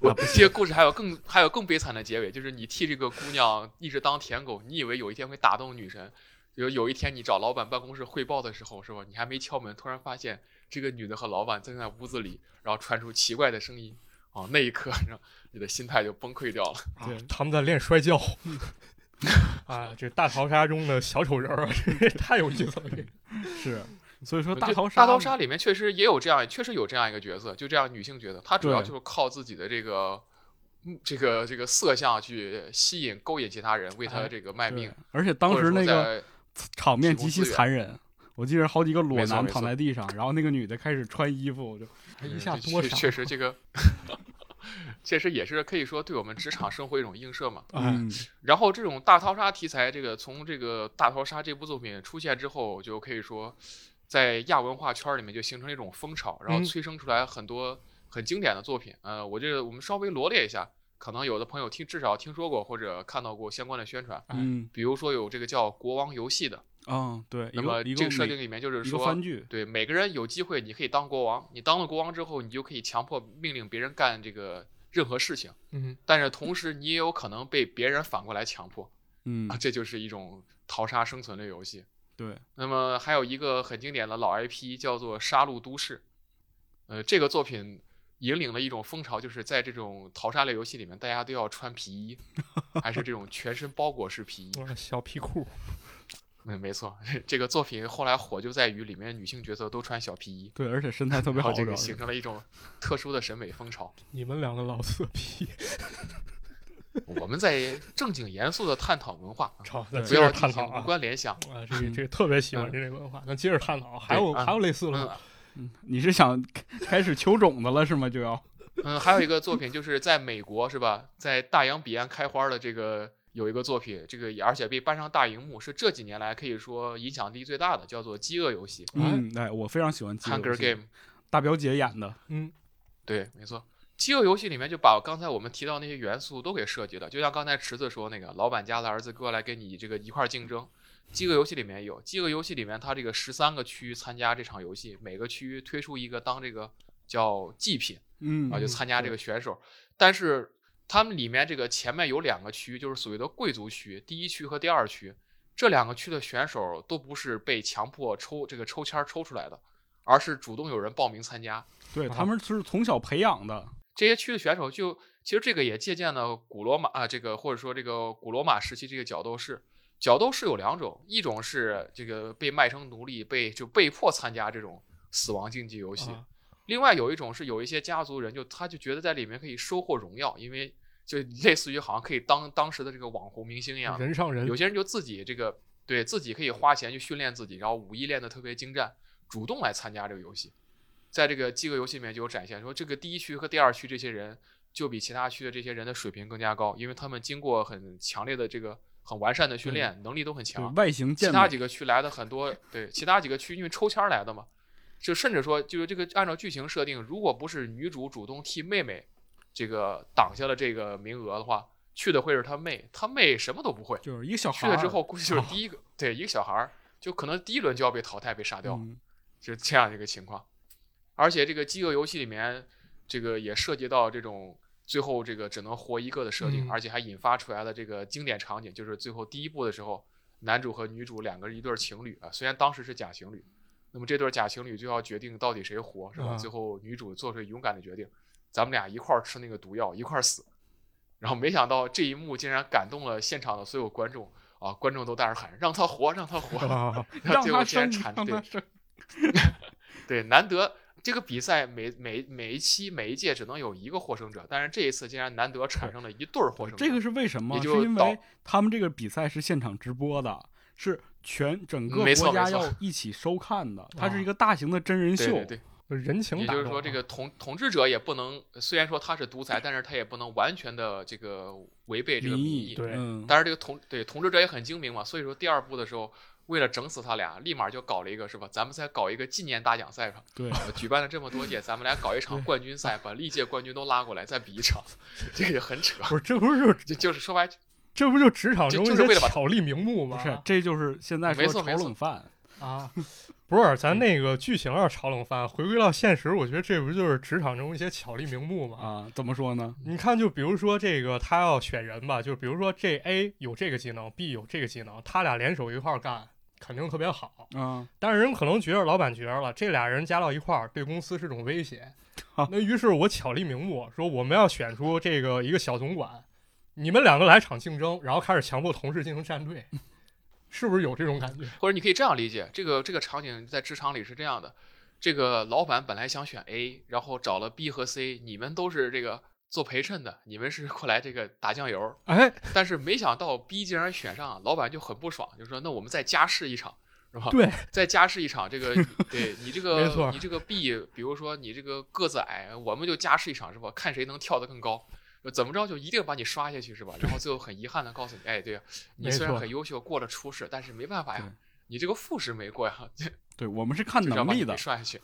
我这个故事还有更还有更悲惨的结尾，就是你替这个姑娘一直当舔狗，你以为有一天会打动女神，有有一天你找老板办公室汇报的时候，是吧？你还没敲门，突然发现这个女的和老板正在屋子里，然后传出奇怪的声音，哦，那一刻， 然后你的心态就崩溃掉了。
啊
对
他们在练摔跤。 啊，这大逃杀中的小丑人儿啊， 这太有意思了。这个
是，所以说
就
大逃杀
大逃杀里面确实也有这样，确实有这样一个角色，就这样女性角色，她主要
对
就是靠自己的这个。嗯这个这个色相去吸引勾引其他人，为她
哎
这个卖
对
命。，
而且当
或者
时
说
那个
在
场面
提供
极其
资源
残忍。我记得好几个裸
没错
男
没
躺
错
在地上，然后那个女的开始穿衣服，我就哎一
嗯
下
这
多
确
傻。
确实，这个确实也是可以说对我们职场生活一种映射嘛。
嗯，
然后这种大逃杀题材，这个从这个大逃杀这部作品出现之后，就可以说在亚文化圈里面就形成了一种风潮，然后
嗯
催生出来很多很经典的作品。呃，我这个我们稍微罗列一下，可能有的朋友听至少听说过或者看到过相关的宣传，
嗯
比如说有这个叫《国王游戏》的，
啊，对，一
那么
个一
这
个
个设
美
定里面就是
一个
说
番剧，
对，每个人有机会，你可以当国王。你当了国王之后，你就可以强迫命令别人干这个任何事情，
嗯，
但是同时你也有可能被别人反过来强迫
嗯
啊，，这就是一种淘沙生存类游戏。
对，
那么还有一个很经典的老 IP 叫做《杀戮都市》，呃，这个作品引领了一种风潮，就是在这种淘沙类游戏里面，大家都要穿皮衣，还是这种全身包裹式皮衣。
我小皮裤，
嗯，没错，这个作品后来火就在于里面女性角色都穿小皮衣。
对，而且身材特别
然
好，
后
主要
这个
是
形成了一种特殊的审美风潮。
你们两个老色批，
我们在正经严肃的探讨文化，啊
好，
对
咱
不
接
要
着
进
探讨
行无
啊。
关联想。
啊，这个这个特别喜欢这类文化，咱接着探讨。还有
对啊
还有类似的
嗯
吗？
你是想开开始求种子了是吗？就要
嗯，还有一个作品就是在美国是吧，在大洋彼岸开花的这个有一个作品，这个也而且被搬上大荧幕，是这几年来可以说影响力最大的，叫做《饥饿游戏》
哎
嗯，哎，我非常喜欢《
（Hunger Game）。
大表姐演的，
嗯，
对，没错，《饥饿游戏里面就把刚才我们提到那些元素都给设计了，就像刚才池子说那个老板家的儿子过来跟你这个一块儿竞争，饥饿游戏里面有，饥饿游戏里面它这个十三个区域参加这场游戏，每个区域推出一个当这个叫祭品
嗯
啊，就参加这个选手，但是他们里面这个前面有两个区，就是所谓的贵族区，第一区和第二区，这两个区的选手都不是被强迫抽这个抽签儿抽出来的，而是主动有人报名参加。
对
啊
他们是从小培养的，
这些区的选手就其实这个也借鉴了古罗马啊，这个或者说这个古罗马时期这个角斗士。角斗士有两种，一种是这个被卖成奴隶，被就被迫参加这种死亡竞技游戏；
啊
另外有一种是有一些家族人就他就觉得在里面可以收获荣耀，因为就类似于好像可以当当时的这个网红明星一样，
人上人
有些人就自己这个对自己可以花钱去训练自己，然后武艺练得特别精湛，主动来参加这个游戏。在这个饥饿游戏里面就有展现，说这个第一区和第二区这些人就比其他区的这些人的水平更加高，因为他们经过很强烈的这个很完善的训练，能力都很
对
强。
外形
其
健
他
美，
几个区来的很多，对，其他几个区因为抽签儿来的嘛，就甚至说就是这个按照剧情设定，如果不是女主主动替妹妹这个挡下了这个名额的话，去的会是她妹，她妹什么都不会。
就是一个小
去
孩
了
儿嗯哦
之后，估计就是第一个，对一个小孩儿，就可能第一轮就要被淘汰、被杀掉，
嗯
就是这样一个情况。而且这个饥饿游戏里面，这个也涉及到这种最后这个只能活一个的设定，
嗯
而且还引发出来了这个经典场景，就是最后第一部的时候，男主和女主两个人一对儿情侣啊，虽然当时是假情侣，那么这对儿假情侣就要决定到底谁活，是吧？
啊
最后女主做出勇敢的决定，咱们俩一块儿吃那个毒药，一块儿死。然后没想到这一幕竟然感动了现场的所有观众啊！观众都在那儿喊“让他活，让他活”，
啊，
然
让
后最后
他
竟
生，
然产
让
对
他生，
对，难得这个比赛每每每一期每一届只能有一个获胜者，但是这一次竟然难得产生了一对儿获胜者。
这个是为什么？
也
是
就
因
到
为他们这个比赛是现场直播的，是全整个
没错
国家
没错
要一起收看 的，它
啊
是一个大型的真人
对
秀。
对对，
人情
也
打
就
动啊
是说，
了
这个统统治者也不能，虽然说他是独裁，但是他也不能完全的这个违背这个
民
民
意
意。
对
嗯，
但是这个统对统治者也很精明嘛，所以说第二部的时候，为了整死他俩，立马就搞了一个是吧？咱们再搞一个纪念大奖赛吧。
对
呃举办了这么多届，咱们来搞一场冠军赛，把历届冠军都拉过来再比一场， 这个也很扯。
不是这不是就是
就就是说白
这不就职场中
就
一
就是为
些
了把
巧立名
不
目吗？
是，这就是现在说
啊没错
炒
没错
冷饭。
啊，不是，
嗯
咱那个剧情要是炒冷饭，回归到现实，我觉得这不就是职场中一些巧立名目吗？
啊，怎么说呢？
你看，就比如说这个，他要选人吧，就比如说这 A 有这个技能，B 有这个技能，他俩联手一块儿干，肯定特别好。
啊，
但是人可能觉得老板觉着了，这俩人加到一块儿对公司是种威 胁。那于是我巧立名目，说我们要选出这个一个小总管，你们两个来场竞争，然后开始强迫同事进行站 队，是不是有这种感觉？
或者你可以这样理解，这个这个场景在职场里是这样的：这个老板本来想选 A，然后找了 B 和 C，你们都是这个做陪衬的，你们是过来这个打酱油，
哎，
但是没想到 B 竟然选上，老板就很不爽，就说那我们再加试一场，是吧？
对，
再加试一场，这个对你这
没错
个你这个 B，比如说你这个个子矮，我们就加试一场，是吧？看谁能跳得更高。怎么着就一定把你刷下去是吧？然后最后很遗憾的告诉你，哎，对你
没
虽然
错
很优秀，过了初试，但是没办法呀
对，
你这个复试没过呀，
对我们是看
就是要
能
把你
力
给
的，
刷下去。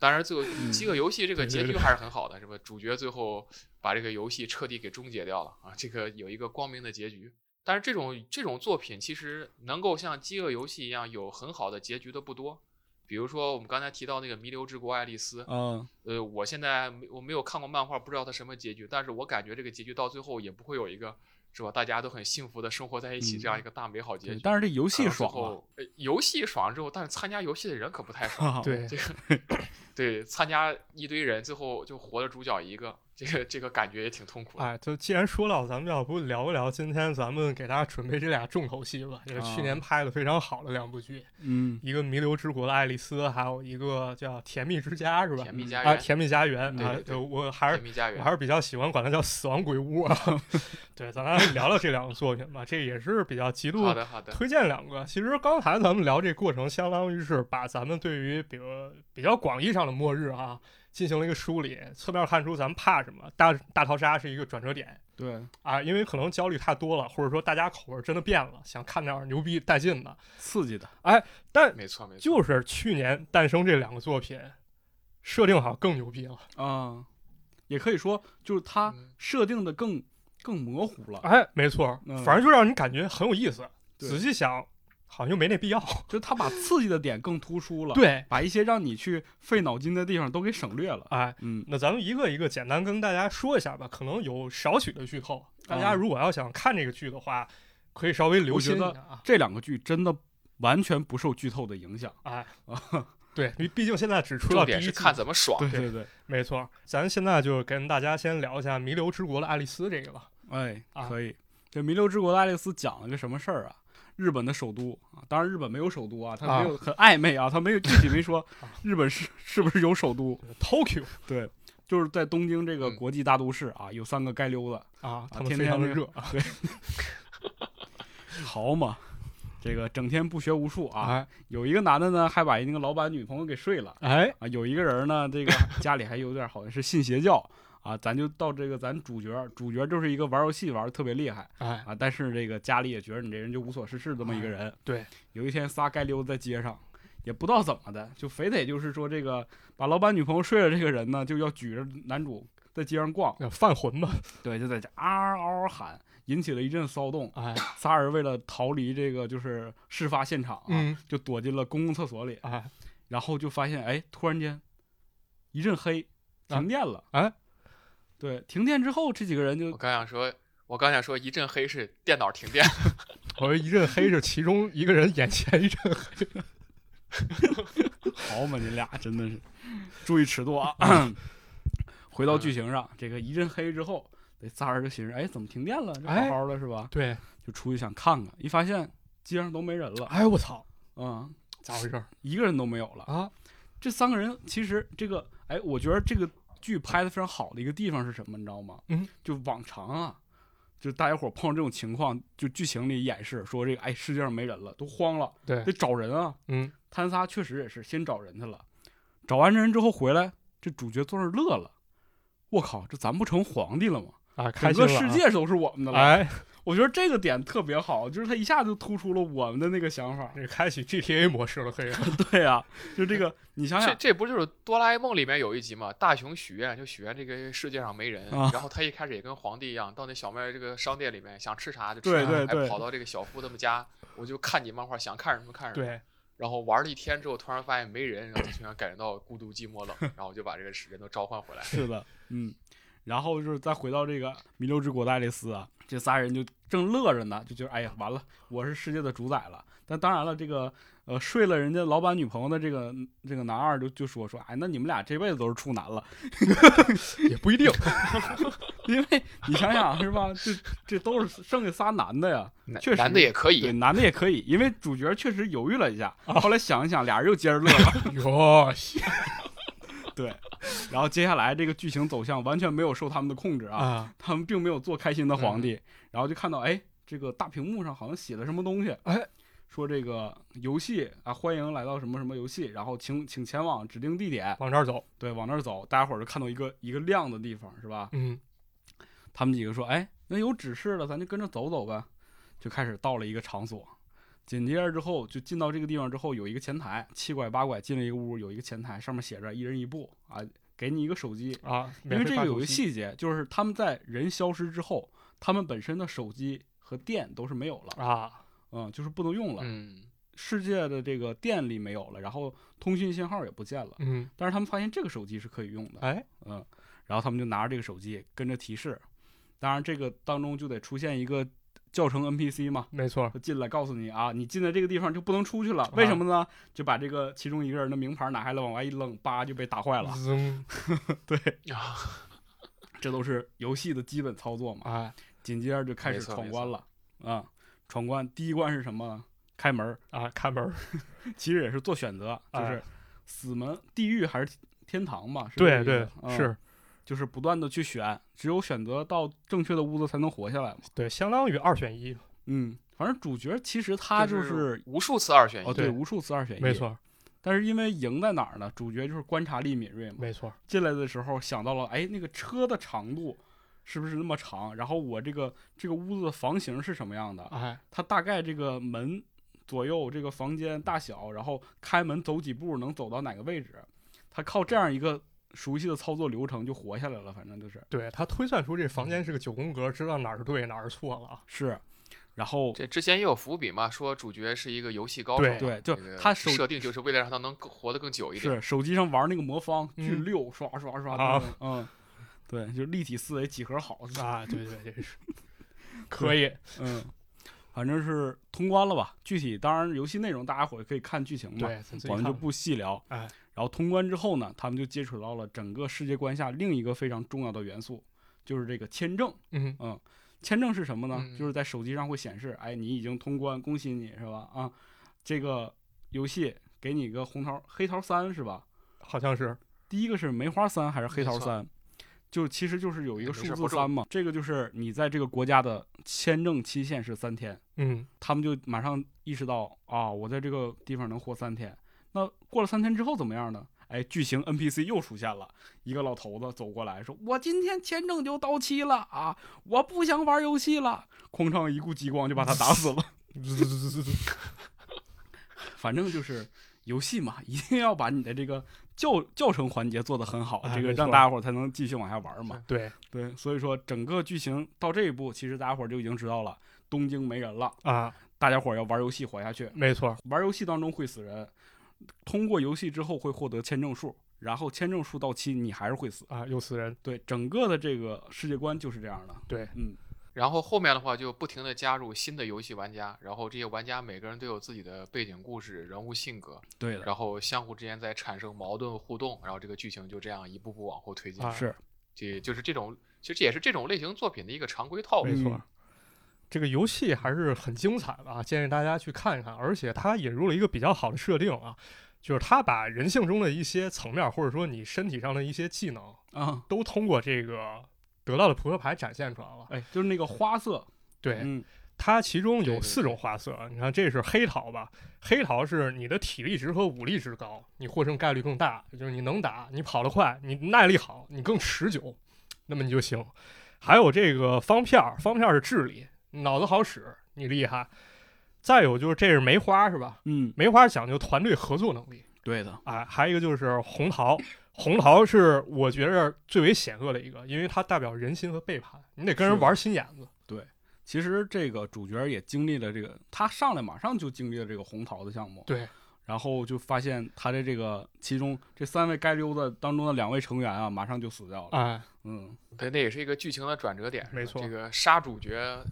当然，最后
嗯
饥饿游戏这个
对
结
对
局
对
还是很好的，是吧？主角最后把这个游戏彻底给终结掉了啊，这个有一个光明的结局。但是这种这种作品其实能够像饥饿游戏一样有很好的结局的不多。比如说我们刚才提到那个《弥留之国爱丽丝》，
嗯，
呃，我现在没我没有看过漫画，不知道它什么结局，但是我感觉这个结局到最后也不会有一个是吧，大家都很幸福的生活在一起
嗯
这样一个大美好结
对
局。。
但是这游
游
戏爽 了，
后，呃游戏爽了之后，但是参加游戏的人可不太爽。
对，
这个对参加一堆人，最后就活了主角一个，这个这个感觉也挺痛苦的。
哎，就既然说到，咱们要不聊一聊今天咱们给大家准备这俩重头戏吧，就是去
啊
年拍的非常好的两部剧，
嗯，
一个《弥留之国的爱丽丝》，还有一个叫《甜蜜之家》，是吧？
甜蜜家
啊，
园，
《甜蜜家园》
对
啊
对，对
就我还是
甜蜜家
我还
园，
是比较喜欢管它叫“死亡鬼屋” 啊。对，咱来聊聊这两个作品吧，这也是比较极度
好的好的，
推荐两个。其实刚才咱们聊这过程，相当于是把咱们对于比如比较广义上的末日啊，进行了一个梳理，侧面看出咱们怕什么。大大逃杀是一个转折点
对，
啊，因为可能焦虑太多了，或者说大家口味真的变了，想看点儿牛逼带劲的。
刺激的，
但
没错没错。
就是去年诞生这两个作品，设定好像更牛逼了。
啊，也可以说就是它
嗯
设定的更更模糊了，
哎，没错
嗯，
反正就让你感觉很有意思。
对
仔细想，好像又没那必要。
就是它把刺激的点更突出了，，
对，
把一些让你去费脑筋的地方都给省略了。
哎，
嗯，
那咱们一个一个简单跟大家说一下吧，可能有少许的剧透。大家如果要想看这个剧的话，可以稍微留心一下
我觉
啊。
这两个剧真的完全不受剧透的影响。
哎，对，因为毕竟现在只出
重
了第一
点是
季，
看怎么爽。
对
对
对对，
没错。咱现在就跟大家先聊一下《弥留之国的爱丽丝》这个吧。
哎，
啊
可以。这《弥留之国的爱丽丝》讲了个什么事儿啊？日本的首都啊，当然日本没有首都啊，它没有很暧昧啊，它没有具体没说
啊
日本是是不是有首都？
Tokyo
对，就是在东京这个
嗯
国际大都市啊，有三个街溜子，
啊，他们
天
非常的
天
热啊。
好嘛，这个整天不学无术啊。
哎
有一个男的呢，还把那个老板女朋友给睡了
哎，
啊。有一个人呢， 这个家里还有点好像是信邪教啊。咱就到这个咱主角，主角就是一个玩游戏玩的特别厉害
哎，
啊，但是这个家里也觉得你这人就无所事事这么一个人。
对，
有一天仨街溜在街上。也不知道怎么的，就非得就是说这个把老板女朋友睡了这个人呢，就要举着男主在街上逛，
那犯浑吧。
对，就在这嗷嗷嗷喊，引起了一阵骚动。
哎，
仨人为了逃离这个就是事发现场啊，
嗯，
就躲进了公共厕所里，
哎，
然后就发现哎，突然间一阵黑，
啊
停电了。
哎
对，停电之后，这几个人
我
就
刚想说，我刚想说一阵黑是电脑停电，
我说一阵黑是其中一个人眼前一阵黑。
好 嘛，你俩真的是注意尺度啊。 嗯回到剧情上，这个一阵黑之后，这仨人就寻思，哎，怎么停电了？这好
哎
好的是吧？
对，
就出去想看看，一发现街上都没人了，
哎我操，
嗯，
咋回事儿
一个人都没有了。
啊？
这三个人其实这个，哎，我觉得这个剧拍的非常好的一个地方是什么，你知道吗？
嗯，
就往常啊，就大家伙碰到这种情况，就剧情里演示说这个，哎，世界上没人了，都慌了，
对
得，找人啊。
嗯，
他们仨确实也是先找人去了，找完人之后回来，这主角坐那儿乐了，我靠，这咱不成皇帝了吗？
啊，开
整
心
个
了
世界都是我们的
啊。
了。
哎，
我觉得这个点特别好，就是他一下就突出了我们的那个想 法。
这开启 GTA 模式了，可以。
对啊，就这个，你想想啊
这，这不就是哆啦 A 梦里面有一集嘛？大雄许愿就许愿这个世界上没人，
啊
然后他一开始也跟皇帝一样，到那小卖这个商店里面想吃啥就吃
对
啥，
对对
还跑到这个小夫他们家，我就看你漫画，想看什么看什么。
对，
然后玩了一天之后，突然发现没人，然后他突然感觉到孤独、寂 寞、冷，然后我就把这个人都召唤回来。
是的，嗯。然后就是再回到这个弥留之国的爱丽丝啊，这仨人就正乐着呢，就觉得哎呀完了，我是世界的主宰了。但当然了，这个呃睡了人家老板女朋友的这个这个男二就就说说，哎，那你们俩这辈子都是处男了，
也不一定。
因为你想想是吧，这这都是剩下仨男的呀，
男
确实
男的也可
对，
以，啊
男的也可以，因为主角确实犹豫了一下，后来想一想，俩人又接着乐了。
哟，
对，然后接下来这个剧情走向完全没有受他们的控制啊，
啊，
他们并没有做开心的皇帝，然后就看到哎，这个大屏幕上好像写了什么东西，
哎，
说这个游戏啊，欢迎来到什么什么游戏，然后请请前往指定地点，
往这儿走。
对，往那儿走，大家伙儿就看到一个一个亮的地方，是吧？
嗯，
他们几个说，哎，那有指示了，咱就跟着走走呗，就开始到了一个场所。紧接着之后，就进到这个地方之后，有一个前台，七拐八拐进了一个屋，有一个前台，上面写着一人一部啊，给你一个手机，
啊，
因
免
为
费
这
发
个有
手
一个
机，
细节，就是他们在人消失之后，他们本身的手机和电都是没有了，
啊，
嗯，就是不能用了，
嗯，
世界的这个电力没有了，然后通讯信号也不见了，
嗯，
但是他们发现这个手机是可以用的，
哎，
嗯，然后他们就拿着这个手机跟着提示，当然这个当中就得出现一个教程 NPC 嘛。
没错，
就进来告诉你啊，你进了这个地方就不能出去
啊
了，为什么呢？就把这个其中一个人的名牌拿下来往外一扔，叭就被打坏了。
嗯，
对，
啊
这都是游戏的基本操作嘛。
哎，
紧接着就开始
没错
闯关了啊、闯关第一关是什么呢？开门儿，
啊，看门儿，
其实也是做选择，就
哎
是死门、地狱还是天堂吧？是这个意
对对
思，嗯
是
就是不断的去选，只有选择到正确的屋子才能活下来嘛。
对，相当于二选一，
嗯，反正主角其实他
就是无数次二选一
哦，对，
对
无数次二选一，
没。错，
但是因为赢在哪儿呢？主角就是观察力敏锐嘛，
没错，
进来的时候想到了，哎，那个车的长度是不是那么长？然后我这个这个屋子的房型是什么样的？
哎，
它大概这个门左右这个房间大小，然后开门走几步能走到哪个位置，它靠这样一个熟悉的操作流程就活下来了，反正就是
对他推算出这房间是个九宫格，知道哪儿是对哪儿是错了啊。
是。然后
这之前也有伏笔嘛，说主角是一个游戏高手嘛，
对就
这个
他手
设定就是为了让他能更活得更久一点。
是手机上玩那个魔方巨
嗯
溜，刷刷刷
啊
的，嗯，对，就立体思维几何好，
啊，对对，这 是可以。
嗯，反正是通关了吧。具体当然游戏内容大家伙可以看剧情嘛，
对，咱自己
我们就
看吧
不细聊。
哎，
然后通关之后呢，他们就接触到了整个世界观下另一个非常重要的元素，就是这个签证。
嗯，
签证是什么呢？
嗯
就是在手机上会显示，哎，你已经通关，恭喜你是吧？啊，这个游戏给你个红桃、黑桃三是吧？
好像是
第一个是梅花三还是黑桃
没错
三？就其实就是有一个
哎没事
数字
不重
三嘛，这个就是你在这个国家的签证期限是三天，
嗯，
他们就马上意识到啊，我在这个地方能活三天。那过了三天之后怎么样呢？哎，剧情 NPC 又出现了，一个老头子走过来说：“我今天签证就到期了啊，我不想玩游戏了。”哐当一股激光就把他打死 了。反正就是游戏嘛，一定要把你的这个教教程环节做得很好，
哎
这个
没错
让大家伙儿才能继续往下玩嘛。
对
对，所以说整个剧情到这一步，其实大家伙儿就已经知道了，东京没人了，
啊，
大家伙儿要玩游戏活下去。
没错，
玩游戏当中会死人，通过游戏之后会获得签证数，然后签证数到期你还是会死。
啊，又死人，
对，整个的这个世界观就是这样的。
对，
嗯，
然后后面的话就不停的加入新的游戏玩家，然后这些玩家每个人都有自己的背景故事、人物性格，
对的，
然后相互之间在产生矛盾互动，然后这个剧情就这样一步步往后推进。
啊
是
这就是这种，其实这也是这种类型作品的一个常规套路。
没错
嗯。
这个游戏还是很精彩的啊，建议大家去看一看。而且它引入了一个比较好的设定啊，就是它把人性中的一些层面，或者说你身体上的一些技能，
啊，
都通过这个得到的扑克牌展现出来了。
哎，就是那个花色，
对，
嗯，
它其中
对
有
对
四种花色，你看这是黑桃吧？黑桃是你的体力值和武力值高，你获胜概率更大，就是你能打，你跑得快，你耐力好，你更持久，那么你就行。还有这个方片儿，方片儿是智力，脑子好使，你厉害。再有就是这是梅花是吧？
嗯，
梅花讲究团队合作能力，
对的，
哎，还有一个就是红桃，红桃是我觉着最为险恶的一个，因为它代表人心和背叛，你得跟人
是的
玩心眼子。
其实这个主角也经历了这个，他上来马上就经历了这个红桃的项目，
对，
然后就发现他的这个其中这三位该溜的当中的两位成员啊，马上就死掉了，
哎，
嗯，
对，那也是一个剧情的转折点。是
没
吧
错
这个杀主角，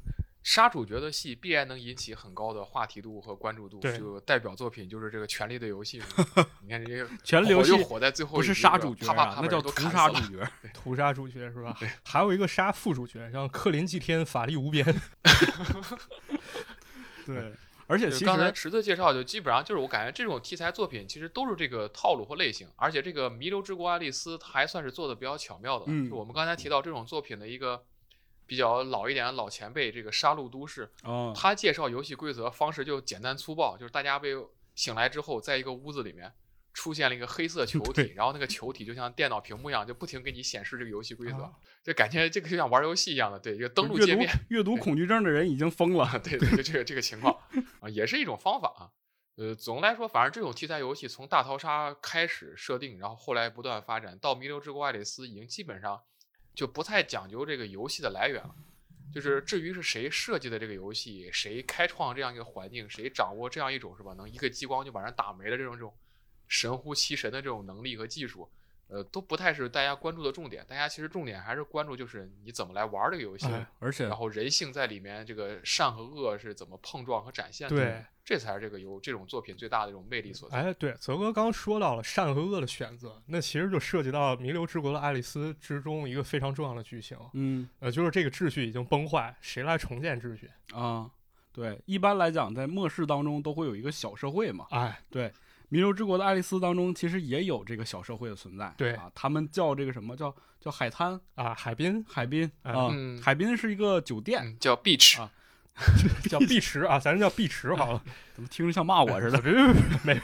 杀主角的戏必然能引起很高的话题度和关注度。
对
就代表作品就是这个《权力的游戏》是吧。你看这些
全流
火
戏
就火在最后
不
一
是
集
杀
吧
主角
啪啪
啊，
啪
那
把
叫
人都
屠
砍死
杀
了
主角，
屠杀主角是吧？还有一个杀副主角，像柯林祭天，法力 无边。
对，而且
就
其
刚才
实
池子介绍，就基本上就是我感觉这种题材作品其实都是这个套路和类型，而且这个《弥留之国爱丽丝》它还算是做的比较巧妙的。
嗯
就我们刚才提到这种作品的一个比较老一点的老前辈，这个《杀戮都市》，
啊，
他介绍游戏规则方式就简单粗暴，就是大家被醒来之后，在一个屋子里面出现了一个黑色球
对
体，然后那个球体就像电脑屏幕一样，就不停给你显示这个游戏规则
啊，
就感觉这个就像玩游戏一样的，对，一个登录
阅
界
读
面，
阅读
对
恐惧症的人已经疯了，
啊， 对对对，这个这个情况啊，也是一种方法啊。呃，总的来说，反正这种题材游戏从大逃杀开始设定，然后后来不断发展到《弥留之国爱丽丝》，已经基本上就不太讲究这个游戏的来源了。就是至于是谁设计的这个游戏，谁开创这样一个环境，谁掌握这样一种是吧，能一个激光就把人打没的这种这种神乎其神的这种能力和技术，呃，都不太是大家关注的重点。大家其实重点还是关注就是你怎么来玩这个游戏，
哎
而且
然后人性在里面这个善和恶是怎么碰撞和展现的，
对，
这才是这个有这种作品最大的一种魅力所在。
哎，对，泽哥刚说到了善和恶的选择，那其实就涉及到《弥留之国的爱丽丝》之中一个非常重要的剧情，
嗯
呃，就是这个秩序已经崩坏，谁来重建秩序？
啊，对，一般来讲，在末世当中都会有一个小社会嘛。
哎，
弥留之国的爱丽丝当中，其实也有这个小社会的存在。
对
啊，他们叫这个什么叫叫海滩
啊，海滨
海滨
哎
啊，
嗯
海滨是一个酒店，
嗯，叫 Beach，、
啊
叫碧池啊，咱叫碧池好了。
嗯
怎么听着像骂 我似 的？
别别别，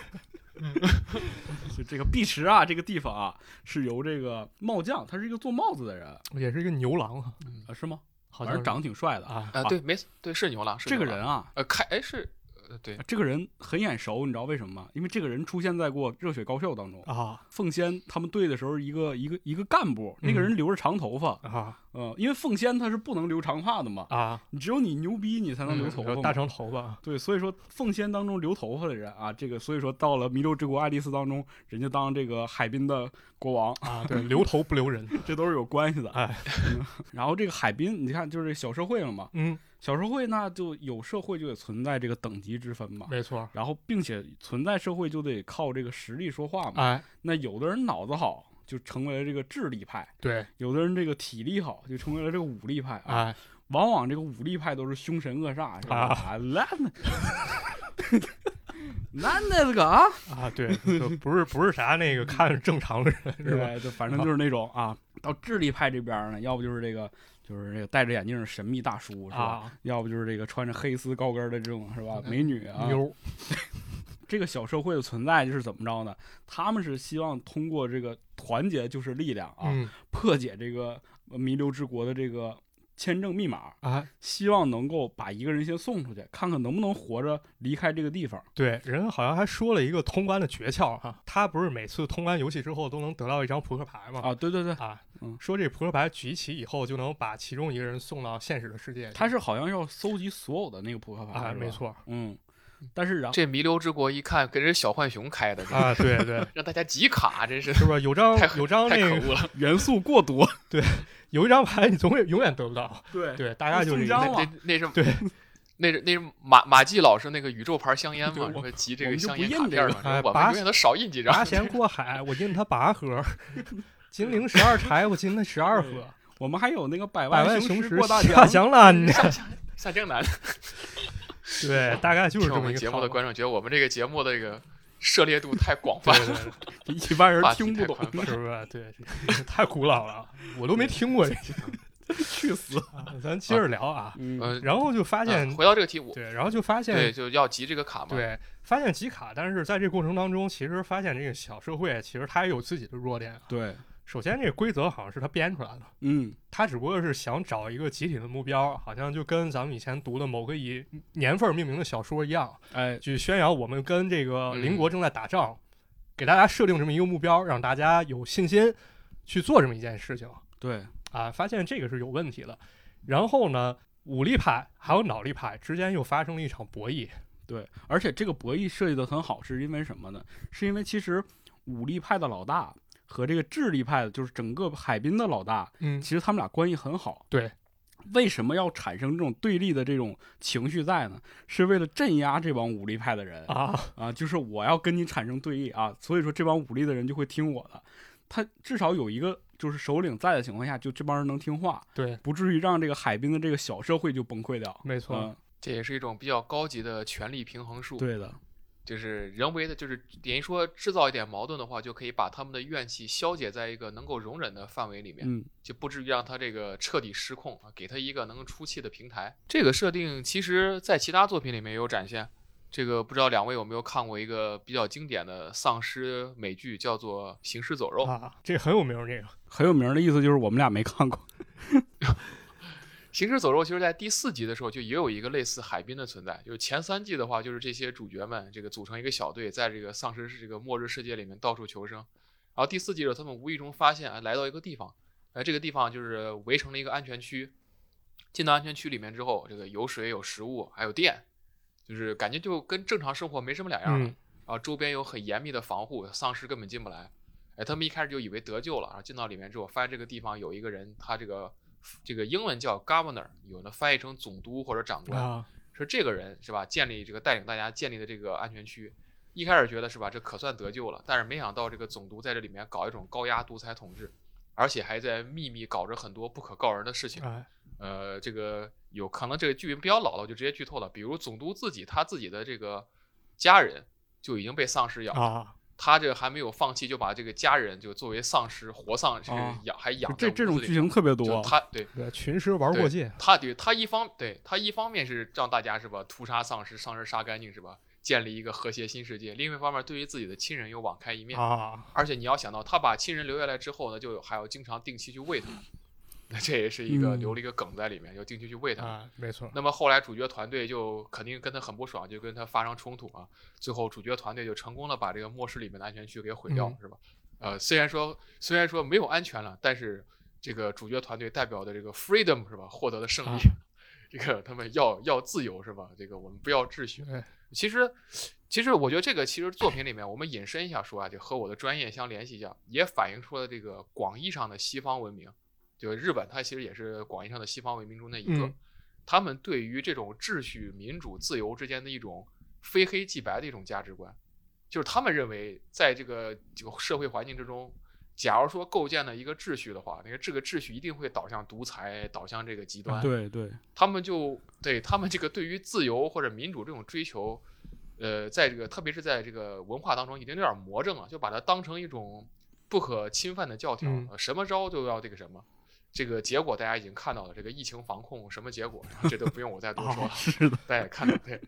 就这个碧池啊，这个地方啊，是由这个帽匠，他是一个做帽子的人
别 也是一个牛郎啊，
啊，是吗？
好
反
像
正
是
长得挺帅的。
啊，
呃，对，没错对，是牛郎，是
这个
牛郎
人啊，
呃，开哎是呃对，
这个人很眼熟，你知道为什么吗？因为这个人出现在过《热血高校》当中。
啊
凤仙他们队的时候，一个一个一个干部，那个
嗯
人留着长头发，
啊
嗯、因为凤仙他是不能留长发的嘛，
啊！
你只有你牛逼，你才能留
嗯
头发
有
嘛。
大长头发，啊
对，所以说凤仙当中留头发的人啊，这个所以说到了《弥留之国爱丽丝》当中，人家当这个海滨的国 王，
啊，对，留头不留人，
这都是有关系的。
哎
嗯，然后这个海滨，你看就是小社会了嘛，
嗯，
小社会那就有社会就得存在这个等级之分嘛。
没错，
然后，并且存在社会就得靠这个实力说话嘛。
哎，
那有的人脑子好，就成为了这个智力派；
对，
有的人这个体力好，就成为了这个武力派啊。
哎，
往往这个武力派都是凶神恶煞，是吧？
啊
那那那这个啊，
啊，对，就不是不是啥那个看着正常的人 是吧？
对，就反正就是那种啊，到智力派这边儿呢，要不就是这个，就是这个戴着眼镜的神秘大叔，是吧？
啊，嗯
要不就是这个穿着黑丝高跟儿的这种，是吧？美女啊，
妞
这个小社会的存在就是怎么着呢？他们是希望通过这个团结就是力量啊，
嗯
破解这个呃弥留之国的这个签证密码，
啊，
希望能够把一个人先送出去，看看能不能活着离开这个地方。
对，人好像还说了一个通关的诀窍啊，他不是每次通关游戏之后都能得到一张扑克牌吗？
啊，对对对，
啊，
嗯
说这扑克牌举起以后就能把其中一个人送到现实的世界去。
他是好像要搜集所有的那个扑克牌，
啊，
是吧
没，错
嗯。但是然后
这弥留之国一看跟人小浣熊开的，这
啊，对对，
让大家集卡，真是
是不是有张
太
有张
太可
那个
恶了。
元素过多，
有一张牌你总也永远得不到？
对
对，大家就
宋
是
江
那
嘛
那那是
对，
那是那是马马季老师那个宇宙牌 香烟
对
嘛，
我
什么集这
我
个
们就
香
不
烟
印
卡
这
片
个
嘛，
哎
是吧我
拔
们永远都少印几张
拔。 弦过海，我印他八盒；金陵十二钗，我印他十二盒。
我们还有那个百
百万
万
雄
师
师
过大
下
江，
降了， 你
下下下江南，
对，大概就是
听
这
我
么
们
一个
节目
套
的
路
观众觉得我们这个节目的这个涉猎度太广
对
泛，
对对
一般人
话题
听不
太
懂，
宽泛。
是不是？对， 这太古老了，我都没听过这个。
去死！
咱接着聊啊，
嗯，
呃，
然后就发现
嗯，回到这个题，我
对，然后就发
对
现，
就要集这个卡嘛。
对，发现集卡，但是在这过程当中，其实发现这个小社会其实它也有自己的弱点。啊
对，
首先，这个规则好像是他编出来的，
嗯，
他只不过是想找一个集体的目标，好像就跟咱们以前读的某个以年份命名的小说一样，
哎，
去宣扬我们跟这个
嗯
邻国正在打仗，给大家设定这么一个目标，让大家有信心去做这么一件事情
对，
啊。发现这个是有问题的，然后呢，武力派还有脑力派之间又发生了一场博弈。
对，而且这个博弈设计的很好，是因为什么呢？是因为其实武力派的老大和这个智力派的，就是整个海滨的老大，
嗯
其实他们俩关系很好。
对，
为什么要产生这种对立的这种情绪在呢？是为了镇压这帮武力派的人啊
啊，
就是我要跟你产生对弈啊，所以说这帮武力的人就会听我的。他至少有一个就是首领在的情况下，就这帮人能听话，
对，
不至于让这个海滨的这个小社会就崩溃掉。
没错，
嗯，
这也是一种比较高级的权力平衡术，
对的，
就是人为的，就是等于说制造一点矛盾的话，就可以把他们的怨气消解在一个能够容忍的范围里面，
嗯，
就不至于让他这个彻底失控啊，给他一个能出气的平台。这个设定其实在其他作品里面也有展现。这个不知道两位有没有看过一个比较经典的丧尸美剧，叫做《行尸走肉》。
啊，这很有名儿，这个
很有名儿的意思就是我们俩没看过。
行尸走肉其实在第四集的时候就也有一个类似海滨的存在，就是前三季的话，就是这些主角们这个组成一个小队，在这个丧尸这个末日世界里面到处求生。然后第四季的时候，他们无意中发现，哎，来到一个地方，哎，这个地方就是围成了一个安全区。进到安全区里面之后，这个有水、有食物，还有电，就是感觉就跟正常生活没什么两样了。
嗯
然后周边有很严密的防护，丧尸根本进不来。哎，他们一开始就以为得救了，然后进到里面之后，发现这个地方有一个人，他这个这个英文叫 governor，有的翻译成总督或者长官，
啊，
说这个人是吧，建立这个带领大家建立的这个安全区。一开始觉得是吧，这可算得救了，但是没想到这个总督在这里面搞一种高压独裁统治，而且还在秘密搞着很多不可告人的事情。
哎，
呃，这个有可能这个剧比较老了，我就直接剧透了。比如总督自己他自己的这个家人就已经被丧尸咬了，
啊，
他这个还没有放弃，就把这个家人就作为丧尸活丧这个
啊
养、还养
就这
在
这
屋
种
子
剧
里
情特别
就
多，啊
他对
对，群尸玩过
对
界，
他对他一方对他一方面是让大家是吧屠杀丧尸，丧尸杀干净是吧，建立一个和谐新世界；另一方面，对于自己的亲人又网开一面。
啊，
而且你要想到，他把亲人留下来之后呢，就还要经常定期去喂他们。那这也是一个
嗯
留了一个梗在里面，要定期去喂它们。
啊，没错，
那么后来主角团队就肯定跟他很不爽，就跟他发生冲突啊。最后主角团队就成功的把这个末世里面的安全区给毁掉，
嗯
是吧？呃，虽然说虽然说没有安全了，但是这个主角团队代表的这个 freedom 是吧，获得了胜利。
啊
这个他们要要自由是吧？这个我们不要秩序。
对，
其实，其实我觉得这个其实作品里面，我们引申一下说啊，就和我的专业相联系一下，也反映出了这个广义上的西方文明，就日本它其实也是广义上的西方文明中的一个，
嗯
他们对于这种秩序、民主、自由之间的一种非黑即白的一种价值观，就是他们认为在这个这个社会环境之中。假如说构建了一个秩序的话，那个这个秩序一定会导向独裁，导向这个极端。
啊对对，
他们就对他们这个对于自由或者民主这种追求，呃，在这个特别是在这个文化当中，已经有点魔怔了，就把它当成一种不可侵犯的教条，
嗯
呃什么招都要这个什么。这个结果大家已经看到了，这个疫情防控什么结果，这都不用我再多说了。
是的，
大家也看到，对，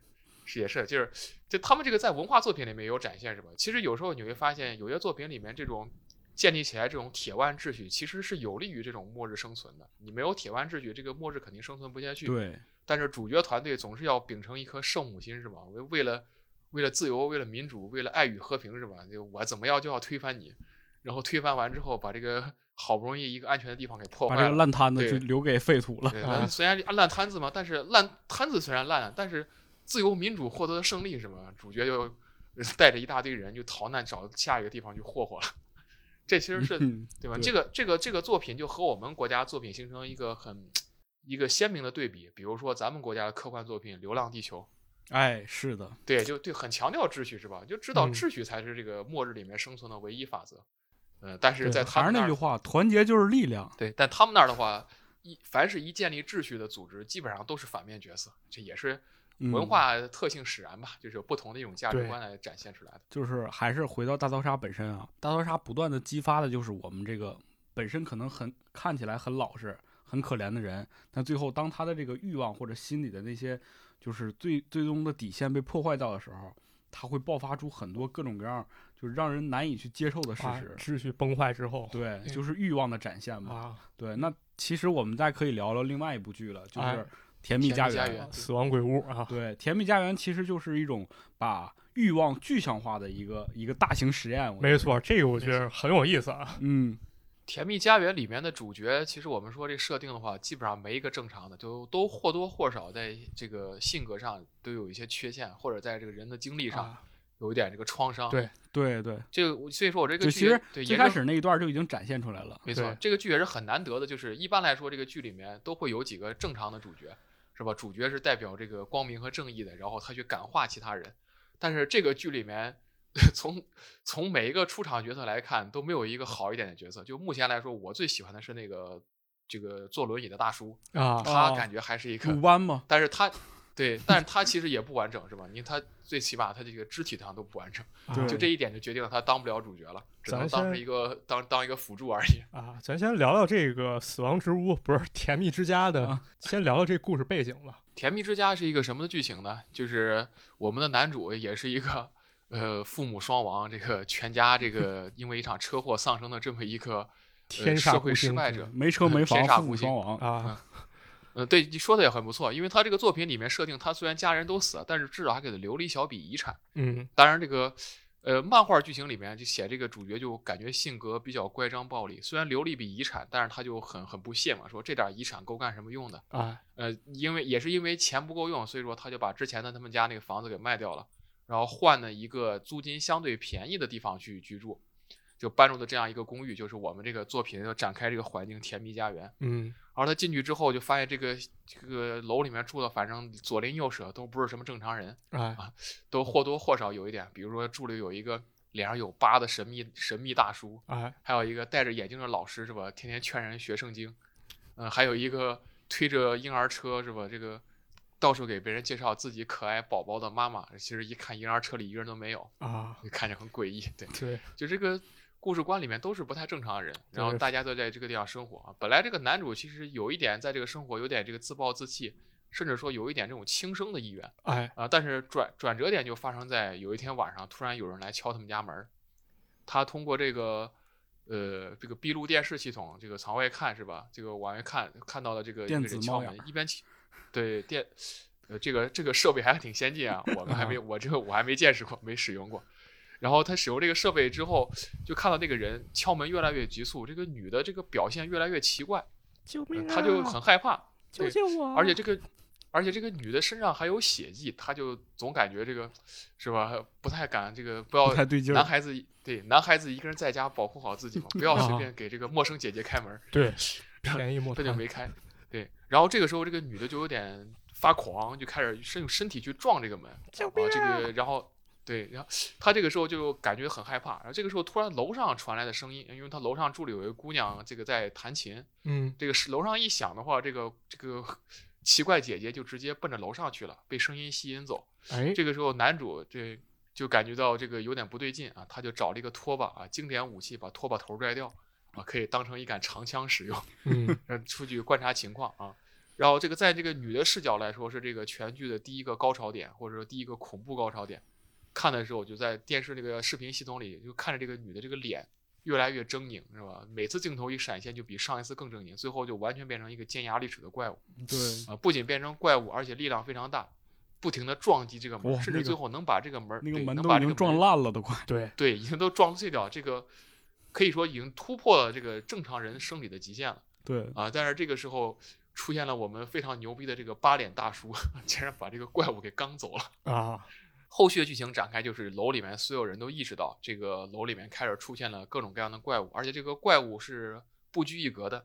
是也是，就是就他们这个在文化作品里面也有展现，是吧？其实有时候你会发现，有些作品里面这种建立起来这种铁腕秩序，其实是有利于这种末日生存的。你没有铁腕秩序，这个末日肯定生存不下去。
对，
但是主角团队总是要秉承一颗圣母心，是吧？为为了为了自由，为了民主，为了爱与和平，是吧？就我怎么样就要推翻你，然后推翻完之后，把这个 好不容易一个安全的地方给破
把
坏
这
了
个。烂摊子
对
就留给废土了。
对，
啊
那虽然烂摊子嘛，但是烂摊子虽然烂，啊但是自由民主获得的胜利是吧？主角就 带着一大堆人就逃难，找下一个地方去霍霍了。 这其实是
嗯，
对吧？
对
这个这个这个作品就和我们国家作品形成一个很一个鲜明的对比。比如说咱们国家的科幻作品《流浪地球》，
哎，是的，
对，就对，很强调秩序是吧？就知道
嗯
秩序才是这个末日里面生存的唯一法则。嗯，但是
对
在他
还是
们那
那
儿
句话，团结就是力量。
对，但他们那儿的话，一凡是一建立秩序的组织，基本上都是反面角色，这也是
嗯
文化特性使然吧，就是有不同的一种价值
对
观来展现出来的。
就是还是回到大逃杀本身啊，大逃杀不断的激发的就是我们这个本身可能很看起来很老实、很可怜的人，但最后当他的这个欲望或者心里的那些就是最最终的底线被破坏掉的时候，他会爆发出很多各种各样就是让人难以去接受的事
啊
实。
秩序崩坏之后，
对，
嗯
就是欲望的展现嘛。
啊，
对，那其实我们再可以聊聊另外一部剧了，就是
哎
《甜蜜
甜
家
蜜家
园》
园
死亡鬼屋啊，
对，《甜蜜家园》其实就是一种把欲望具象化的一个一个大型实验。我觉得
没，错，这个我觉得很有意思啊，
嗯，
《甜蜜家园》里面的主角，其实我们说这设定的话，基本上没一个正常的，就都或多或少在这个性格上都有一些缺陷，或者在这个人的经历上
啊
有一点这个创伤。
对
对对，
这个我所以说我这个
就
剧
其实
对
最
也
开
是
始那一段就已经展现出来了。
没错
对，
这个剧也是很难得的，就是一般来说，这个剧里面都会有几个正常的主角，是吧？主角是代表这个光明和正义的，然后他去感化其他人。但是这个剧里面， 从从每一个出场角色来看，都没有一个好一点的角色。就目前来说，我最喜欢的是那个这个坐轮椅的大叔，
啊，
他感觉还是一个，
鲁班嘛，
但是他对，但是他其实也不完整，是吧？因为他最起码他这个肢体上都不完整，
对
就这一点就决定了他当不了主角了，只能
咱
当成
先
一个当当一个辅助而已。
啊，咱先聊聊这个《死亡之屋》，不是《甜蜜之家》的，
啊
先聊聊这故事背景吧。
《甜蜜之家》是一个什么的剧情呢？就是我们的男主也是一个呃父母双亡，这个全家这个因为一场车祸丧生的这么一个、
天
呃、
煞
社
孤
会失
星
败
之
者。
没车没
天
房，
煞
父
孤
母
星
双 亡。
啊，
嗯，对，你说的也很不错，因为他这个作品里面设定，他虽然家人都死了，但是至少还给他留了一小笔遗产。
嗯，
当然，这个呃漫画剧情里面就写这个主角就感觉性格比较乖张暴力，虽然留了一笔遗产，但是他就很很不屑嘛，说这点遗产够干什么用的？
啊，
呃，因为也是因为钱不够用，所以说他就把之前的他们家那个房子给卖掉了，然后换了一个租金相对便宜的地方去居住，就搬入了这样一个公寓，就是我们这个作品要展开这个环境甜蜜家园。
嗯，
而他进去之后，就发现这个这个楼里面住的，反正左邻右舍都不是什么正常人，
啊，
都或多或少有一点，比如说住里有一个脸上有疤的神秘神秘大叔，
啊，
还有一个戴着眼镜的老师是吧？天天劝人学圣经，嗯，还有一个推着婴儿车是吧？这个到处给别人介绍自己可爱宝宝的妈妈，其实一看婴儿车里一个人都没有，
啊，
就看着很诡异。对，
对，
就这个故事观里面都是不太正常的人，然后
对
大家都在这个地方生活啊。本来这个男主其实有一点在这个生活有点这个自暴自弃，甚至说有一点这种轻生的意愿。
哎，
啊，但是转转折点就发生在有一天晚上，突然有人来敲他们家门儿，他通过这个呃，这个闭路电视系统，这个往外看是吧？这个往外看看到了这个一个
电子
人敲
猫眼
门，一边起对电，呃，这个这个设备还挺先进啊，我们还没我这个我还没见识过，没使用过。然后他使用这个设备之后，就看到那个人敲门越来越急促，这个女的这个表现越来越奇怪，
救
呃
命、啊！
她就很害怕，
救
对
救我！啊
而且这个，而且这个女的身上还有血迹，她就总感觉这个，是吧？不太敢这个，不要
不太对劲
男
儿。
孩子一对男孩子一个人在家保护好自己嘛，不要随
啊
便给这个陌生姐姐开门儿，
对，便宜莫
这就
贪。
没开。对，然后这个时候这个女的就有点发狂，就开始身用身体去撞这个门，
救
啊，这个然后对，然后他这个时候就感觉很害怕，然后这个时候突然楼上传来的声音，因为他楼上住里有一个姑娘，这个在弹琴，
嗯，
这个是楼上一响的话，这个这个 奇怪姐姐就直接奔着楼上去了，被声音吸引走。
哎，
这个时候男主这就感觉到这个有点不对劲啊，他就找了一个拖把啊，经典武器把拖把头拽掉啊，可以当成一杆长枪使用，
嗯，
让呃出去观察情况啊。然后这个在这个女的视角来说是这个全剧的第一个高潮点，或者说第一个恐怖高潮点。看的时候就在电视这个视频系统里就看着这个女的这个脸越来越狰狞，是吧？每次镜头一闪现就比上一次更狰狞，最后就完全变成一个尖牙利齿的怪物。
对，
啊，不仅变成怪物，而且力量非常大，不停的撞击这个门，
哇
甚
那
至
个
最后能把这个门儿，
那个
对
门
能
都
把
已
这个
经撞
门，
烂了，都 快。
对，
对，已经都撞碎掉，这个可以说已经突破了这个正常人生理的极限了
对，
啊！但是这个时候出现了我们非常牛逼的这个八脸大叔， 竟然把这个怪物给刚走了。
啊，
后续的剧情展开就是楼里面所有人都意识到，这个楼里面开始出现了各种各样的怪物，而且这个怪物是不拘一格的，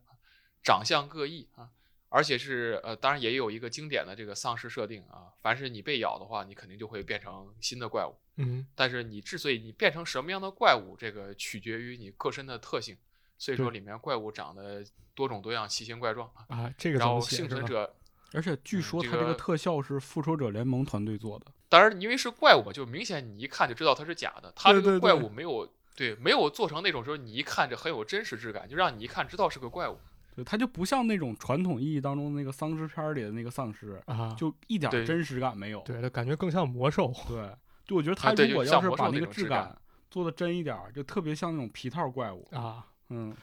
长相各异啊，而且是呃，当然也有一个经典的这个丧尸设定啊，凡是你被咬的话，你肯定就会变成新的怪物。
嗯，
但是你之所以你变成什么样的怪物，这个取决于你个身的特性。所以说里面怪物长得多种多样，奇形怪状啊。
啊，这个
然
怎
后
么写
幸
是
存
吧？
者
而且据
嗯
说
这
他这个
个
特效是复仇者联盟团队做的。
当然，因为是怪物嘛，就明显你一看就知道它是假的。它这
对
个
对
怪
对
物没有对没有做成那种说你一看这很有真实质感，就让你一看知道是个怪物。
对，它就不像那种传统意义当中那个丧尸片儿里的那个丧尸，
啊，
就一点儿
对
真实感没有。
对，它感觉更像魔兽。
对，就我觉得
啊
他
对
如
就
果
像
要是
魔
把
兽
那
那
个
种
质
质感
感做的真一点儿，就特别像那种皮套怪物。
啊，
嗯，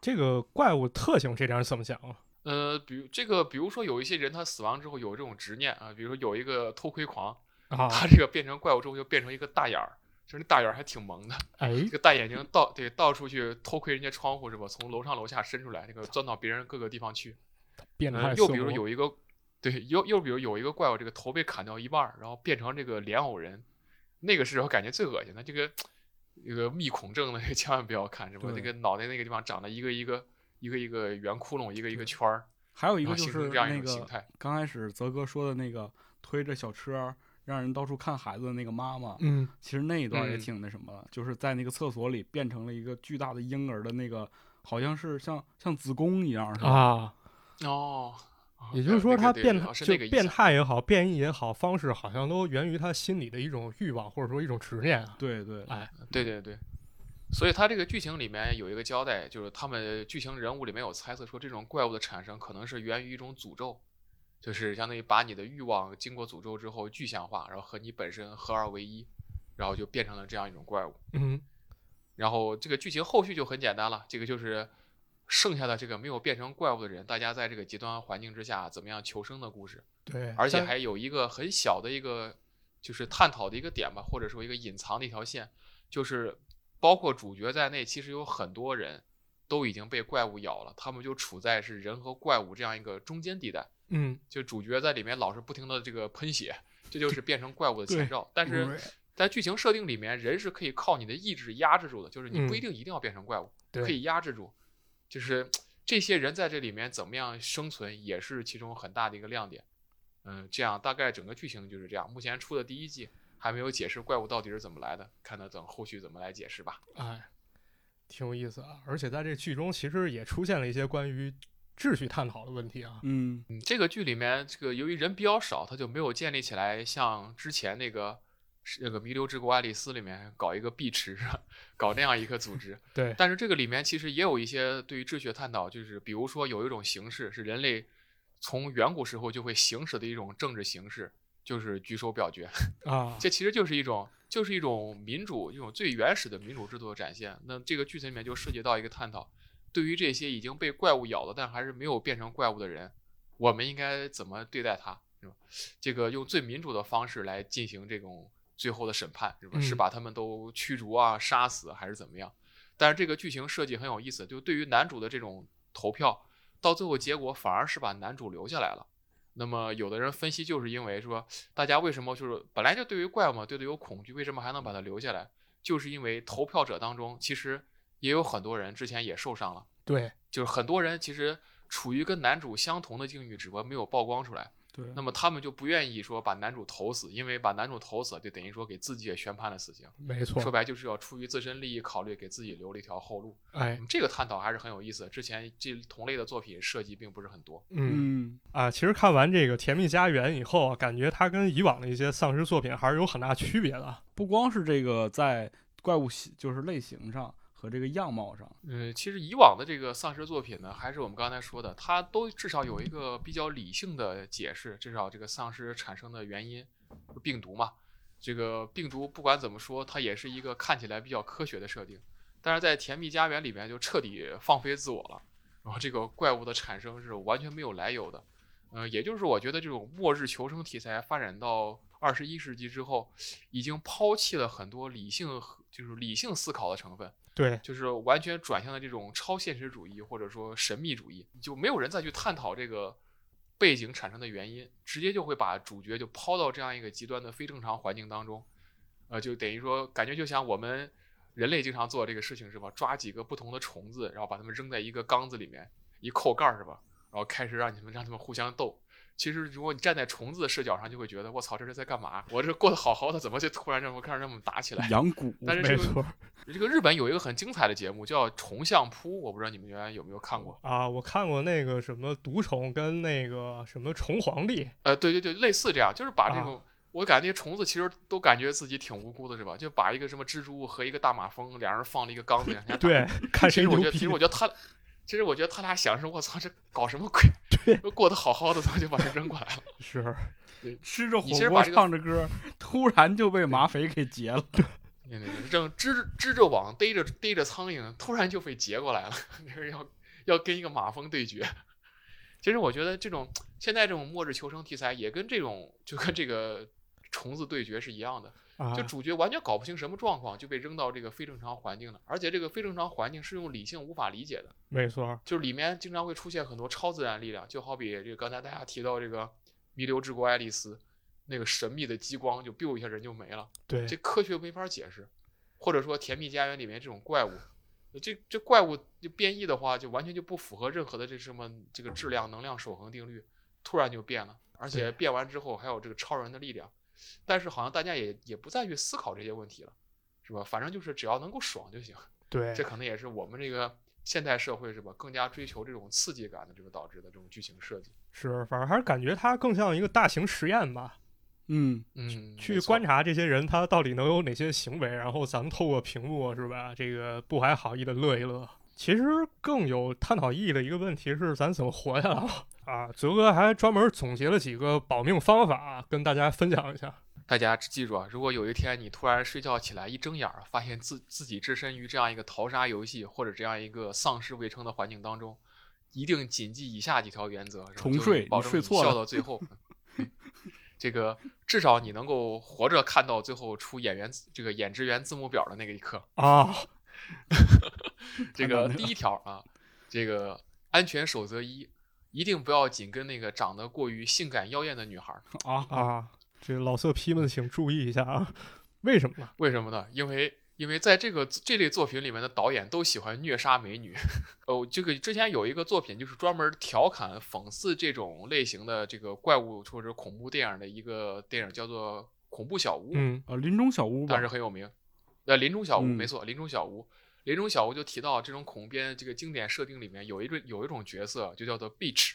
这个怪物特性这点儿怎么讲啊？
呃，比如这个，比如说有一些人他死亡之后有这种执念啊，比如说有一个偷窥狂，
啊，
他这个变成怪物之后就变成一个大眼儿，就是那大眼儿还挺萌的，
哎
这，个大眼睛到对到处去偷窥人家窗户是吧？从楼上楼下伸出来，那个钻到别人各个地方去。
变
嗯
态
又
色
比如
魔，
有一个，对，又又比如有一个怪物，这个头被砍掉一半儿，然后变成这个莲藕人，那个是我感觉最恶心的。这个这个密孔症的， 千万不要看，是吧？这
对
个脑袋那个地方长了一个一个一个一个圆窟窿，一个一个圈儿，
还有一
然
个
后
就
啊形
是
成这样一
那
种形
个
态。
刚开始泽哥说的那个推着小车儿让人到处看孩子的那个妈妈，
嗯，
其实那一段也
嗯
挺那什么的，就是在那个厕所里变成了一个巨大的婴儿的那个，好像是像像子宫一
嗯
样似的。
啊，
哦，
也就是说，
对
他
对
变
对
态
哦是
就
那个意
变
思
态也好，变异也好，方式好像都源于他心里的一种欲望，或者说一种执念啊。
对对
啊
对对对，所以他这个剧情里面有一个交代，就是他们剧情人物里面有猜测说，这种怪物的产生可能是源于一种诅咒，就是相当于把你的欲望经过诅咒之后具象化，然后和你本身合二为一，然后就变成了这样一种怪物。
嗯，
然后这个剧情后续就很简单了，这个就是剩下的这个没有变成怪物的人，大家在这个极端环境之下怎么样求生的故事，
对，
而且
在
还有一个很小的一个就是探讨的一个点吧，或者说一个隐藏的一条线，就是包括主角在内，其实有很多人都已经被怪物咬了，他们就处在是人和怪物这样一个中间地带，
嗯，
就主角在里面老是不停的这个喷血，这就是变成怪物的前
对
兆，但是。在剧情设定里面，人是可以靠你的意志压制住的，就是你不
嗯
一定一定要变成怪物，
对
可以压制住。就是这些人在这里面怎么样生存，也是其中很大的一个亮点。嗯，这样大概整个剧情就是这样。目前出的第一季还没有解释怪物到底是怎么来的，看他等后续怎么来解释吧。
哎，挺有意思啊。而且在这剧中，其实也出现了一些关于秩序探讨的问题啊。
嗯，
嗯，这个剧里面，这个由于人比较少，他就没有建立起来像之前那个是那个《弥留之国爱丽丝》里面搞一个碧池，搞那样一个组织。
对，
但是这个里面其实也有一些对于秩序的探讨，就是比如说有一种形式是人类从远古时候就会行使的一种政治形式，就是举手表决。
啊，
这其实就是一种就是一种民主，一种最原始的民主制度的展现。那这个剧情里面就涉及到一个探讨，对于这些已经被怪物咬了但还是没有变成怪物的人，我们应该怎么对待他，是吧？这个用最民主的方式来进行这种最后的审判，是吧？
嗯
是把他们都驱逐啊、杀死还是怎么样？但是这个剧情设计很有意思，就对于男主的这种投票，到最后结果反而是把男主留下来了。那么有的人分析就是因为说，大家为什么就是本来就对于怪物嘛，对它有恐惧，为什么还能把它留下来？就是因为投票者当中其实也有很多人之前也受伤了。
对，
就是很多人其实处于跟男主相同的境遇，只不过没有曝光出来。
对，
那么他们就不愿意说把男主投死，因为把男主投死就等于说给自己也宣判了死刑。
没
说
错，
白就是要出于自身利益考虑，给自己留了一条后路。
哎，
嗯这个探讨还是很有意思的。之前这同类的作品涉及并不是很多。
嗯
嗯，
啊，其实看完这个《甜蜜家园》以后啊，感觉它跟以往的一些丧尸作品还是有很大区别的啊。
不光是这个在怪物系就是类型上和这个样貌上，
嗯，其实以往的这个丧尸作品呢，还是我们刚才说的，它都至少有一个比较理性的解释，至少这个丧尸产生的原因，病毒嘛。这个病毒不管怎么说，它也是一个看起来比较科学的设定，但是在《甜蜜家园》里面就彻底放飞自我了。然后这个怪物的产生是完全没有来由的，呃，也就是我觉得这种末日求生题材发展到二十一世纪之后，已经抛弃了很多理性和就是理性思考的成分。
对，
就是完全转向了这种超现实主义或者说神秘主义，就没有人再去探讨这个背景产生的原因，直接就会把主角就抛到这样一个极端的非正常环境当中，呃，就等于说感觉就像我们人类经常做这个事情是吧？抓几个不同的虫子，然后把它们扔在一个缸子里面，一扣盖儿是吧？然后开始让你们让他们互相斗。其实，如果你站在虫子的视角上，就会觉得我操，这是在干嘛？我这过得好好的，怎么就突然让我看让我们打起来？
养蛊，
但是这
没
个
错
这个日本有一个很精彩的节目叫《虫相扑》，我不知道你们原来有没有看过？
啊，我看过那个什么毒虫跟那个什么虫皇帝，
呃，对对对，类似这样，就是把这
啊
种、我感觉那些虫子其实都感觉自己挺无辜的，是吧？就把一个什么蜘蛛和一个大马蜂，两人放了一个缸子里，让人家打
对，看
其
谁
实我
牛
觉得，其
逼
实我觉得他，其实我觉得他俩想是，我操，这搞什么鬼？ 对，过得好好的，怎么就把人扔过来了？
是
吃着火
你其实
锅
把这个
唱着歌，突然就被马匪给劫了。
对对对正织着织着网，逮着逮着苍蝇，突然就被劫过来了， 这是要要跟一个马蜂对决。 其实我觉得这种现在这种末日求生题材也跟这种就跟这个虫子对决是一样的，
啊
就，主角完全搞不清什么状况，就被扔到这个非正常环境了，而且这个非正常环境是用理性无法理解的。
没错，
就是里面经常会出现很多超自然力量，就好比这个刚才大家提到这个弥留之国爱丽丝，那个神秘的激光就 biu 一下人就没了，
对
这科学没法解释。或者说《甜蜜家园》里面这种怪物，呃这这怪物就变异的话，就完全就不符合任何的这什么这个质量能量守恒定律，突然就变了，而且
对
变完之后还有这个超人的力量，但是好像大家也也不再去思考这些问题了，是吧？反正就是只要能够爽就行。
对
这可能也是我们这个现代社会是吧，更加追求这种刺激感的这个导致的这种剧情设计。
是，反正还是感觉它更像一个大型实验吧，
嗯，
嗯，
去
没错
观。察这些人他到底能有哪些行为，然后咱们透过屏幕是吧，这个不怀好意的乐一乐。其实更有探讨意义的一个问题是，咱怎么活下来了啊？泽哥还专门总结了几个保命方法，跟大家分享一下。
大家记住啊，如果有一天你突然睡觉起来，一睁眼儿啊发现自自己置身于这样一个淘沙游戏或者这样一个丧尸围城的环境当中，一定谨记以下几条原则，是吧
重
就是
睡
保
你
证
睡
你
错
笑
了
到最后。嗯 这个至少你能够活着看到最后出演员这个演职员字幕表的那个 一刻。
啊，
这
看到
个
没有
第一条啊，这个安全守则一，一定不要紧跟那个长得过于性感妖艳的女孩儿。
啊
啊，这老色批们请注意一下啊！为什么呢？
为什么呢？因为因为在这个这类作品里面的导演都喜欢虐杀美女。 哦，这个之前有一个作品就是专门调侃讽刺这种类型的这个怪物或者恐怖电影的一个电影，叫做《恐怖小屋》。
嗯，
呃，林中小屋吧
当时，很有名。呃，林中小屋、
嗯
没错，林中小屋，林中小屋就提到这种恐怖片这个经典设定里面有一种有一种角色就叫做 bitch，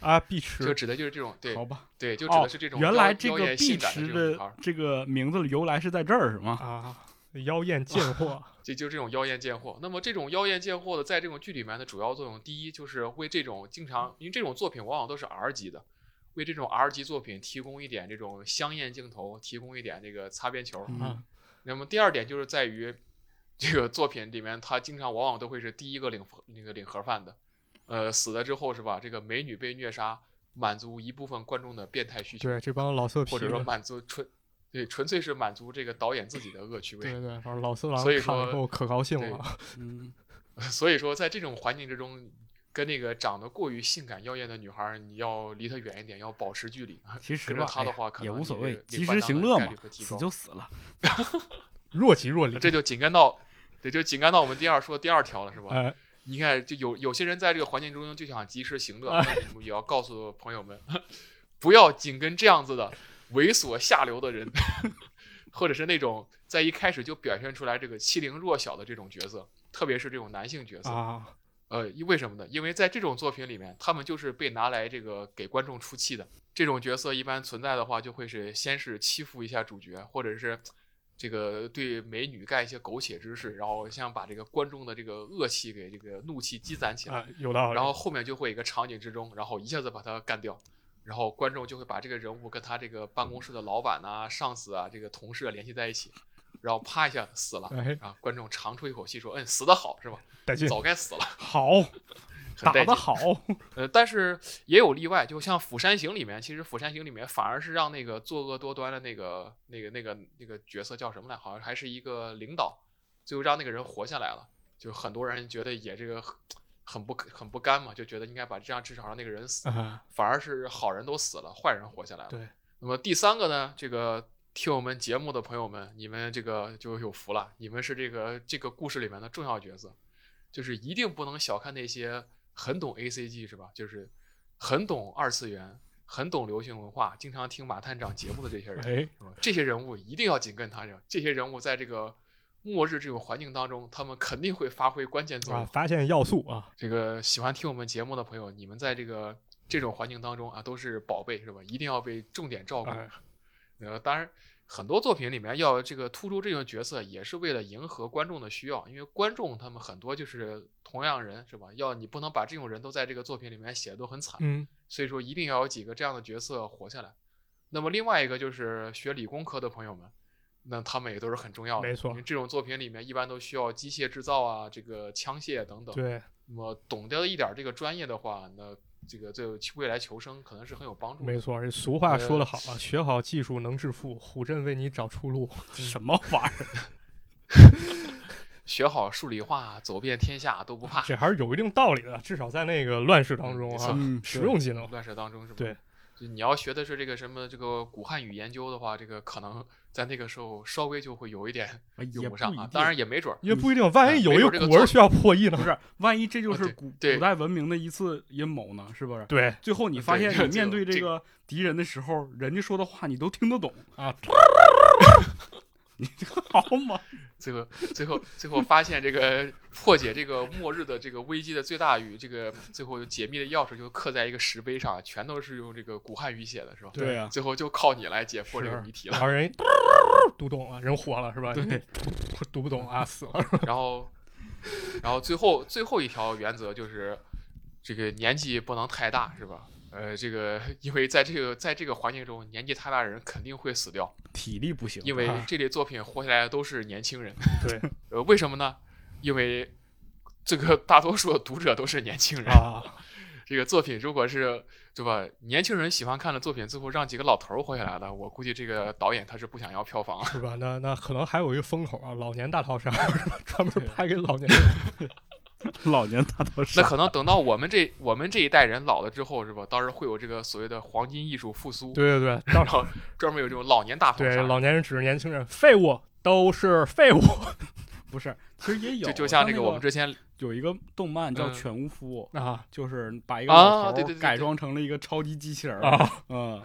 啊，必
就
吃
指的就是这种对
好吧。
对，就指
哦
的是这，种妖、
原来这
妖
个
艳性
碧
感的
池
这种女孩
的
儿，
这个名字的由来是在这儿是吗？
啊，妖艳贱货
就就这种妖艳贱货。那么这种妖艳贱货的在这种剧里面的主要作用，第一就是为这种经常因为这种作品往往都是 R 级的，为这种 R 级作品提供一点这种香艳镜头，提供一点这个擦边球。
嗯
啊，
那么第二点就是在于这个作品里面，他经常往往都会是第一个领那个领盒饭的，呃，死了之后是吧？这个美女被虐杀，满足一部分观众的变态需求，
对，这帮老色批
或者说
的，
满足纯对纯粹是满足这个导演自己的恶趣味
对。对，反正老色狼
所以
看了
说
以后可高兴
对
了，
嗯，
所以说，在这种环境之中，跟那个长得过于性感妖艳的女孩儿，你要离她远一点，要保持距离。
其实
跟着
吧，
他的
哎呀
话可
也
能
无
你
所
这
谓
个，你
及
翻
时
档
行
的
乐
概
嘛
率会，提
死
高
就死了。
若即若离。
这就紧跟到，对，就紧跟到我们第二说的第二条了，是吧？
哎，
你看，就有有些人在这个环境中就想及时行乐，那我们也要告诉朋友们， 不要紧跟这样子的猥琐下流的人， 或者是那种在一开始就表现出来这个欺凌弱小的这种角色，特别是这种男性角色。
啊，
呃，因为什么呢？因为在这种作品里面，他们就是被拿来这个给观众出气的。这种角色一般存在的话，就会是先是欺负一下主角，或者是这个对美女干一些狗血之事，然后像把这个观众的这个恶气给这个怒气积攒起来，
哎，有道理。
然后后面就会有一个场景之中，然后一下子把他干掉，然后观众就会把这个人物跟他这个办公室的老板呐、上司啊、这个同事啊联系在一起，然后啪一下死了。
哎，
啊！观众长出一口气说：“嗯，死得好是吧？
带劲，
早该死了，
好，
很
打
带
得
劲。”
好，
呃，但是也有例外，就像《釜山行》里面，其实《釜山行》里面反而是让那个作恶多端的那个、那个、那个、那个角色叫什么来？好像还是一个领导，最后让那个人活下来了。就很多人觉得也这个很很不很不甘嘛，就觉得应该把这样至少让那个人死，
啊，
反而是好人都死了，坏人活下来了。
对。
那么第三个呢，这个听我们节目的朋友们，你们这个就有福了，你们是这个这个故事里面的重要角色，就是一定不能小看那些很懂 A C G 是吧？就是很懂二次元、很懂流行文化、经常听马探长节目的这些人，
哎，
是吧这些人物一定要紧跟他这这些人物在这个末日这种环境当中，他们肯定会发挥关键作
啊，
用。
发现要素啊，
这个喜欢听我们节目的朋友，你们在这个这种环境当中啊，都是宝贝是吧？一定要被重点照顾。
哎
呃，当然，很多作品里面要这个突出这种角色，也是为了迎合观众的需要，因为观众他们很多就是同样人是吧？要你不能把这种人都在这个作品里面写的都很惨，
嗯，
所以说一定要有几个这样的角色活下来。那么另外一个就是学理工科的朋友们，那他们也都是很重要的，
没错
因为这种作品里面一般都需要机械制造啊，这个枪械等等。
对，
那么懂得一点儿这个专业的话，那这个对未来求生可能是很有帮助的。
没错，这俗
呃
话说得好啊，学好技术能致富，虎震为你找出 路。
什么玩意儿？
学好数理化，走遍天下都不怕。
这还是有一定道理的，至少在那个乱世当中
嗯
啊，
嗯，
实
对
用技能。
乱世当中是吧？
对，
就你要学的是这个什么这个古汉语研究的话，这个可能在那个时候稍微就会有一点
哎也
用
不
不上
一
啊
定。
当然也没准儿。
也不一定，万一有一
嗯没准这
个
个
古文需要破译呢
不？ 是，万一这就
啊
是
对
古
对
古代文明的一次阴谋呢？是不是？
对
最后你发
对
现
这个
你面对这
这
个敌人的时候，人家说的话你都听得懂，
啊，
好嘛？
最后，最后，最后发现这个破解这个末日的这个危机的最大与这个最后解密的钥匙就刻在一个石碑上，全都是用这个古汉语写的，是吧？
对
啊，
最后就靠你来解破这个
是
谜题了。
然后人读懂啊了，人活了是吧？
对，
读不懂啊，死了。
然后，然后最后最后一条原则就是，这个年纪不能太大，是吧？呃，这个因为在这个在这个环境中，年纪太大的人肯定会死掉，
体力不行，
因为这类作品活下来的都是年轻人。
啊对
呃，为什么呢？因为这个大多数的读者都是年轻人。
啊，
这个作品如果是对吧，年轻人喜欢看的作品，最后让几个老头儿活下来了，我估计这个导演他是不想要票房了。
是吧？那那可能还有一个风口啊，老年大逃杀，是吧专门
对
拍给老 年人。
老年大逃杀
那可能等到我们这我们这一代人老了之后，是吧？到时候会有这个所谓的黄金艺术复苏，
对对对，
然
到
后专门有这种老年大逃
对
杀，
老年人指着年轻人，废物都是废物。
不是，其实也有，啊
就就像这
那
个
个
我们之前
有一个动漫叫
嗯
《犬巫夫》，
啊
就是把一个
啊
老头
对
儿
对对
改
对
装成了一个超级机器人儿，
啊！
嗯，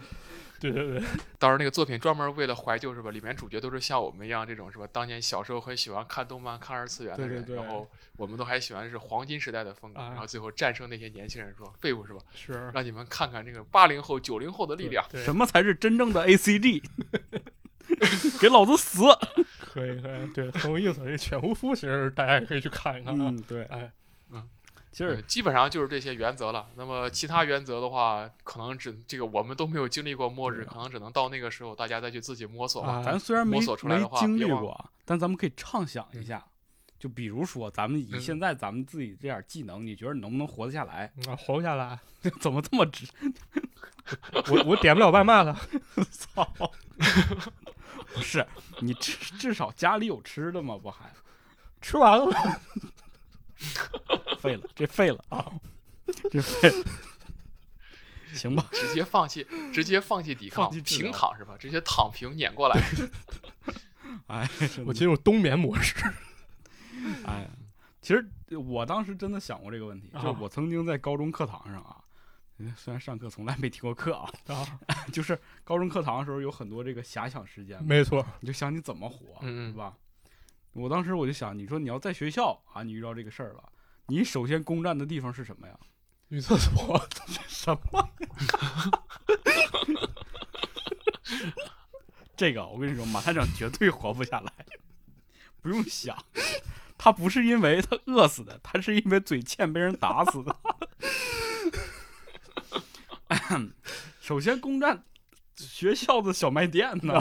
对 对对，
当时那个作品专门为了怀旧是吧？里面主角都是像我们一样这种是吧？当年小时候很喜欢看动漫、看二次元的
对对
人，
对
然后我们都还喜欢是黄金时代的风格，
啊
然后最后战胜那些年轻人说废物是吧？
啊
是
让你们看看这个八零后、九零后的力量。
对
什么才是真正的 A C G？给老子死！
可以可以，对，很有意思。这犬巫夫其实大家也可以去看一看啊。
嗯嗯，对，
哎，
其实
呃基本上就是这些原则了。那么其他原则的话，可能只这个我们都没有经历过末日，可能只能到那个时候大家再去自己摸索吧。
啊
咱虽然没
摸索出来
没
的话
经历
别忘
过，但咱们可以畅想一下。就比如说，咱们以
嗯
现在咱们自己这点技能，你觉得你能不能活得下来？
嗯活不下来，
怎么这么直？
我我点不了外卖了。
操！不是，你至至少家里有吃的吗？不还
吃完了，
废了，这废了啊，这废了。 行吧，
直接 放弃，直接放弃抵抗，
放弃治疗
平躺是吧？直接躺平碾过来。
哎，真
我
的
进入冬眠模式。
哎，其实我当时真的想过这个问题，就是
啊
我曾经在高中课堂上啊，嗯虽然上课从来没听过课啊，
嗯
啊，
就是高中课堂的时候有很多这个遐想时间嘛，
没错，
你就想你怎么活，
嗯
是吧？我当时我就想，你说你要在学校啊，你遇到这个事儿了，你首先攻占的地方是什么呀？
女厕所什么？
这个我跟你说，马探长绝对活不下来，不用想，他不是因为他饿死的，他是因为嘴欠被人打死的。首先攻占学校的小卖店 呢，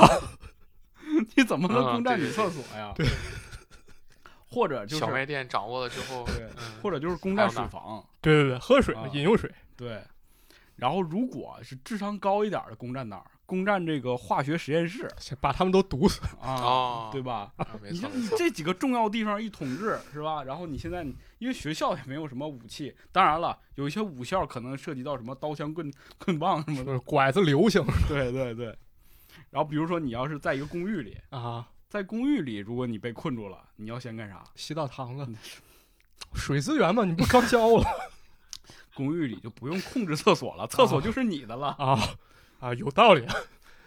你怎么能
啊
攻占
对
女
对
厕所呀？或者就是
小卖店掌握了之后，
对，
嗯
或者就是攻占
还有
水
哪
房，
对对对，喝水
啊，
饮用水。
对。然后如果是智商高一点的，攻占哪儿？攻占这个化学实验室
先把他们都毒死。
啊，
哦，
对吧？
啊，没
你
错
像
没错，
这几个重要地方一统治是吧？然后你现在你因为学校也没有什么武器，当然了，有一些武校可能涉及到什么刀枪棍棍棒 什么的。
就是 拐子流行
对对对。然后比如说你要是在一个公寓里，
啊，
在公寓里如果你被困住了，你要先干啥？
洗澡堂
嗯
子，水资源嘛，你不刚 教了
公寓里就不用控制厕所了，厕所就是你的了。
啊啊，有道理。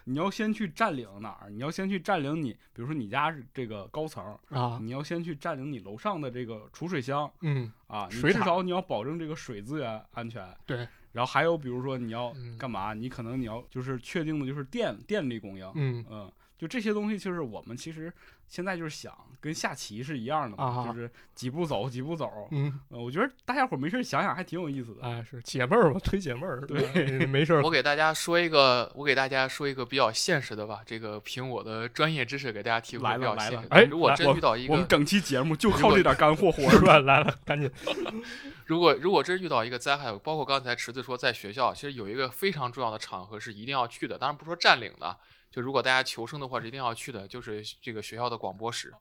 你要先去占领哪儿？你要先去占领你，比如说你家是这个高层，
啊，
你要先去占领你楼上的这个储水箱，
嗯，
啊，你
水
至
塔
少你要保证这个水资源安全。
对。
然后还有比如说你要
嗯
干嘛，你可能你要就是确定的就是电电力供应，
嗯
嗯，就这些东西，就是我们其实现在就是想跟下棋是一样的嘛，
啊
就是几步走几步走。
嗯，
呃，我觉得大家伙儿没事儿想想还挺有意思的。
哎，是解闷儿嘛，推解闷儿。
对
吧，没事儿
我给大家说一个，我给大家说一个比较现实的吧。这个凭我的专业知识给大家提供
来
一
了
个比较
来
现
了
实的。
哎
如果
来
真遇到一
我们
个，
整期节目就靠这点干货 活
我
着。
说来了，赶紧
如果如果真遇到一个灾害，包括刚才池子说在学校，其实有一个非常重要的场合是一定要去的。当然不说占领的，就如果大家求生的话是一定要去的，就是这个学校的广播室。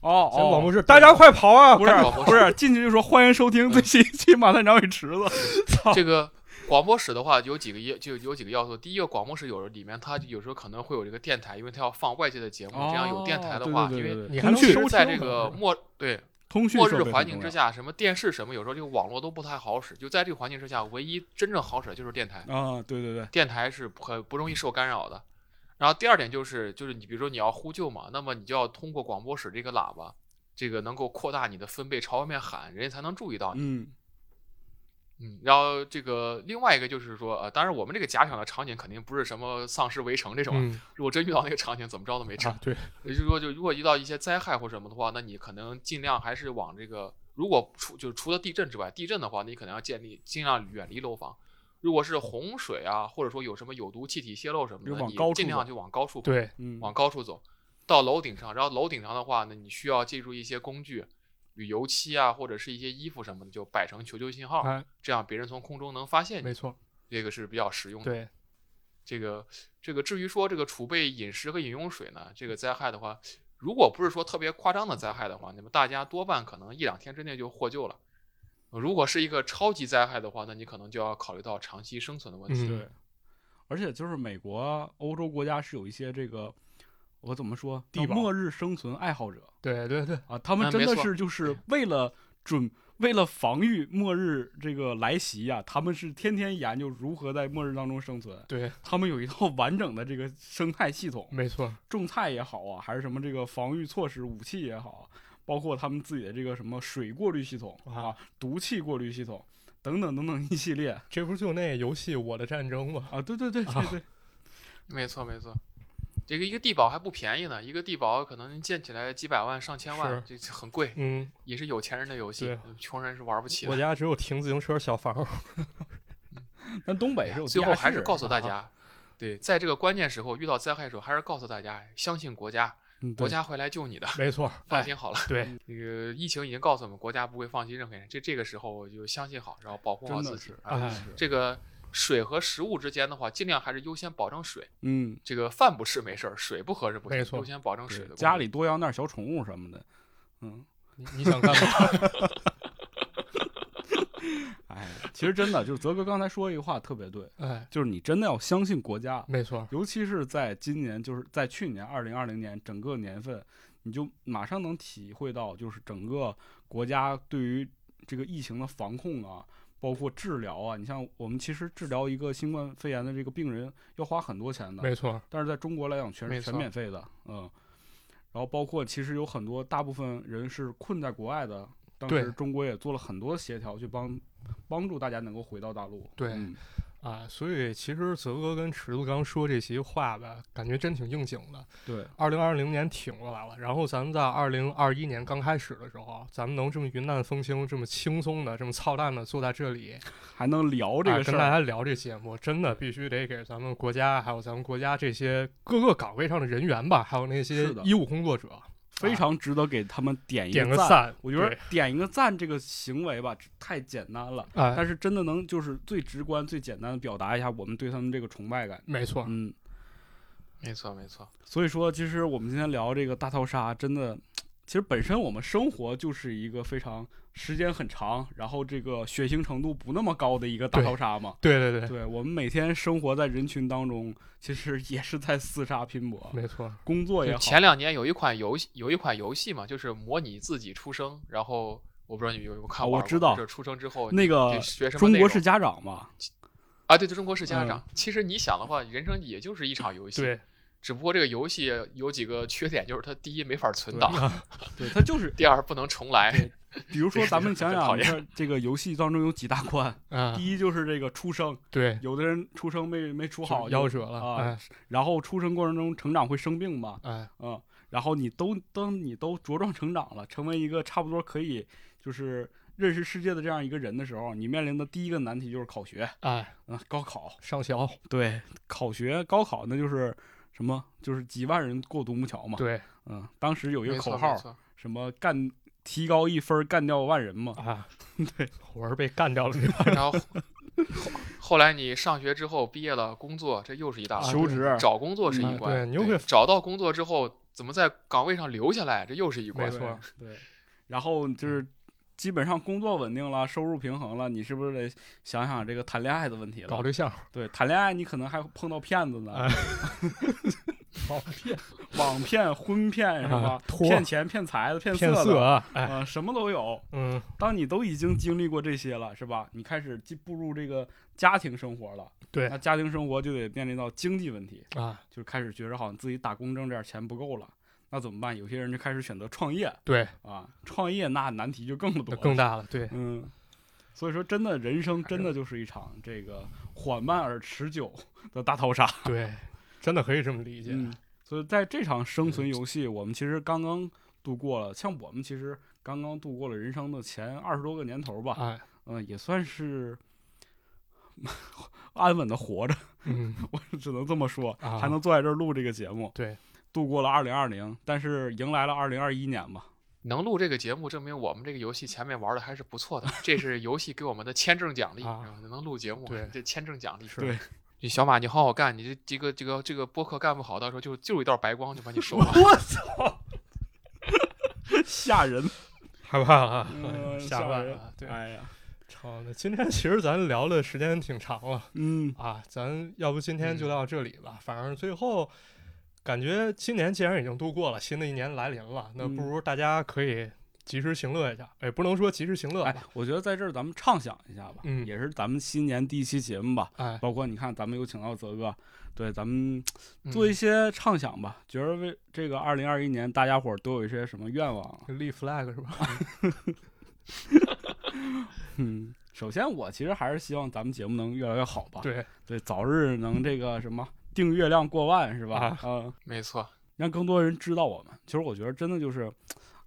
哦
先
哦，
广播室，大家快跑啊！
不是
广播
不是进去就说欢迎收听
嗯
最新一期《马探长与池子》。
这个广播室的话，有几个要就有几个要素。第一个，广播室有里面它有时候可能会有这个电台，因为它要放外界的节目。这样有电台的话，
哦对对
因
对
为
对
你还
通
能
讯
收
是
听
在这
呢
个末对
通讯
末
设
日
备
环
很
境
重
之
要
下，什么电视什么，有时候这个网络都不太好使。就在这个环境之下，唯一真正好使的就是电台，
啊，对对对，
电台是很不容易受干扰的。然后第二点就是，就是你比如说你要呼救嘛，那么你就要通过广播室这个喇叭，这个能够扩大你的分贝，朝外面喊，人家才能注意到你。
嗯，
嗯，然后这个另外一个就是说，呃，当然我们这个假想的场景肯定不是什么丧尸围城这种啊，
嗯
如果真遇到那个场景，怎么着都没辙
啊。，对，
也就是说，就如果遇到一些灾害或什么的话，那你可能尽量还是往这个，如果除就是除了地震之外，地震的话，你可能要建立尽量远离楼房。如果是洪水啊，或者说有什么有毒气体泄漏什么
就
的，
往
你
高处
尽量
走
就往高处跑。
对，
嗯，
往高处走，到楼顶上，然后楼顶上的话呢，你需要借助一些工具，旅游漆啊，或者是一些衣服什么的，就摆成求救
哦
信号，
哎
这样别人从空中能发现
没
你，
错，
这个是比较实
嗯
用的。
对，
这个这个至于说这个储备饮食和饮用水呢，这个灾害的话，如果不是说特别夸张的灾害的话，那么大家多半可能一两天之内就获救了。如果是一个超级灾害的话，那你可能就要考虑到长期生存的问题。
嗯
对，而且就是美国、欧洲国家是有一些这个，我怎么说，
地
叫
堡
末日生存爱好者
对对对，
啊，他们
嗯
真
没
的
错
是就是为了准。为了防御末日这个来袭呀、他们是天天研究如何在末日当中生存。
对，
他们有一套完整的这个生态系统，
没错，
种菜也好啊，还是什么这个防御措施、武器也好，包括他们自己的这个什么水过滤系统啊
啊、
毒气过滤系统等等等等一系列
这不就那游戏《我的战争》吗？
啊，对对对对
啊
对，
没错，没错。这个一个地保还不便宜呢，一个地保可能建起来几百万、上千万，这这很贵，
嗯，
也是有钱人的游戏
对，
穷人是玩不起
我
的。
家只有停自行车 小房。
但东北是有地
哎最
下
后还是
室
告诉大
啊，
家，对，在这个关键时候遇到灾害的时候，还是告诉大家相信国家，
嗯
国
对哎
家会来救你的，
没错，
啊
放心好了。
对，
这个疫情已经告诉我们，国家不会放弃任何人。这这个时候就相信好，然后保护好
真的
自己
是。
啊
真的
哎
是
这个水和食物之间的话，尽量还是优先保证水。
嗯，
这个饭不吃没事儿，水不喝是不行
没，错
优先保证水
对
的供应。
家里多养点小宠物什么的， 嗯，
你你想干嘛？
哎，其实真的就是泽哥刚才说一个话特别对，
哎，
就是你真的要相信国家，
没错，
尤其是在今年，就是在去年二零二零年整个年份，你就马上能体会到，就是整个国家对于这个疫情的防控啊，包括治疗啊。你像我们其实治疗一个新冠肺炎的这个病人要花很多钱的，
没错，
但是在中国来讲全
没
是
错
全免费的，嗯。然后包括其实有很多大部分人是困在国外的，当
对
时中国也做了很多协调去帮帮助大家能够回到大陆。
对
嗯
啊，所以其实泽哥跟池子刚说这些话吧，感觉真挺应景的。
对，
二零二零年挺过来了，然后咱们在二零二一年刚开始的时候，啊咱们能这么云淡风轻、这么轻松的、这么操蛋的坐在这里，
还能聊这
啊
个事
跟大
儿，
家聊这节目，真的必须得给咱们国家，还有咱们国家这些各个岗位上的人员吧，还有那些
是的
医务工作者，
非常值得给他们点一
啊点
个
个
赞。
赞。
我觉得
对，
点一个赞这个行为吧，太简单了，
哎，
但是真的能就是最直观、最简单的表达一下我们对他们这个崇拜感。
没错，
嗯，
没错没错，
所以说，其实我们今天聊这个大逃杀，真的，其实本身我们生活就是一个非常时间很长，然后这个血腥程度不那么高的一个大
对
逃杀嘛。
对对对，
对我们每天生活在人群当中，其实也是在厮杀拼搏，
嗯
没错，
工作也
就
好，
前两年有一款游戏，有一款游戏嘛，就是模拟自己出生，然后我不知道你们有没有看
啊
玩
我
过，
知道
就是出生之后
那
你
个
得学什么
中
内
国
容
式家长 嘛，
啊，对对，中国式家长。其实你想的话，人生也就是一场游
嗯
戏，
对，
只不过这个游戏有几个缺点，就是它第一没法存档，
啊
对他就是
第二不能重来。
对比如说，咱们想
很
想
讨
这
厌嗯
这个游戏当中有几大关，
啊，
第一就是这个出生，
对，
有的人出生没没出好，
夭
有
折了，
啊然后出生过程中成长会生病嘛，
哎哎，
嗯，然后你都当你都茁壮成长了，成为一个差不多可以就是认识世界的这样一个人的时候，你面临的第一个难题就是考学，
哎，
嗯，高考，
上小，
对，考学高考那就是什么，就是几万人过独木桥嘛，
对
嗯，当时有一
没
个
错
口
没
号，
错，
什么干提高一分儿干掉万人嘛，
啊，
对，
我是被干 掉了那把，
然后后后来你上学之后毕业了，工作这又是一大
啊
关，
求职
找工作是一
嗯
关，
对你又会
找到工作之后怎么在岗位上留下来，这又是一
没
关。
错儿，
对。然后就是基本上工作稳定了，收入平衡了，你是不是得想想这个谈恋爱的问题
搞
了？
对象，
对，谈恋爱你可能还碰到骗子呢，
哎 搞骗
网骗、婚骗是吧
啊？托
骗钱、骗财的、骗
骗
色
色
的，
啊，哎，
啊，什么都有。
嗯，
当你都已经经历过这些了，是吧？你开始进步入这个家庭生活了，
对
那家庭生活就得面临到经济问题，
啊，
就开始觉着好像自己打工挣这点钱不够了。那怎么办？有些人就开始选择创业
对，
啊，创业那难题就更多
那
了，
更大了，对，
嗯，所以说，真的人生真的就是一场这个缓慢而持久的大 逃杀。
对，真的可以这么理解，
嗯，所以在这场生存游戏，我们其实刚刚度过了，像我们其实刚刚度过了人生的前二十多个年头吧，
哎，
嗯，也算是安稳的活着，
嗯，
我只能这么说，
啊
还能坐在这儿录这个节目，
对，
度过了二零二零，但是迎来了二零二一年吧。
能录这个节目，证明我们这个游戏前面玩的还是不错的，这是游戏给我们的签证奖励。
啊
然后能录节目
对，
这签证奖励
是
对
你小马，你好好干，你这这个这个这个播客干不好，到时候就就一道白光就把你收 了。
我操，吓 人！
害怕了啊，
嗯
吓
吓
坏
人
了啊，对，
哎呀，
好的，今天其实咱聊的时间挺长了。
嗯，
啊，咱要不今天就到这里吧。反正最后感觉今年既然已经度过了，新的一年来临了，那
嗯
不如大家可以及时行乐一下。哎，不能说及时行乐
哎
吧，，
我觉得在这儿咱们畅想一下吧，
嗯
也是咱们新年第一期节目吧，
哎，
包括你看，咱们有请到泽哥，对，咱们
嗯
做一些畅想吧，觉得为这个二零二一年大家伙儿都有一些什么愿望啊？
立 flag 是吧？
嗯，首先我其实还是希望咱们节目能越来越好吧，
对，
对，早日能这个什么订阅量过万是吧？
啊
嗯，
没错，
让更多人知道我们。其实我觉得真的就是，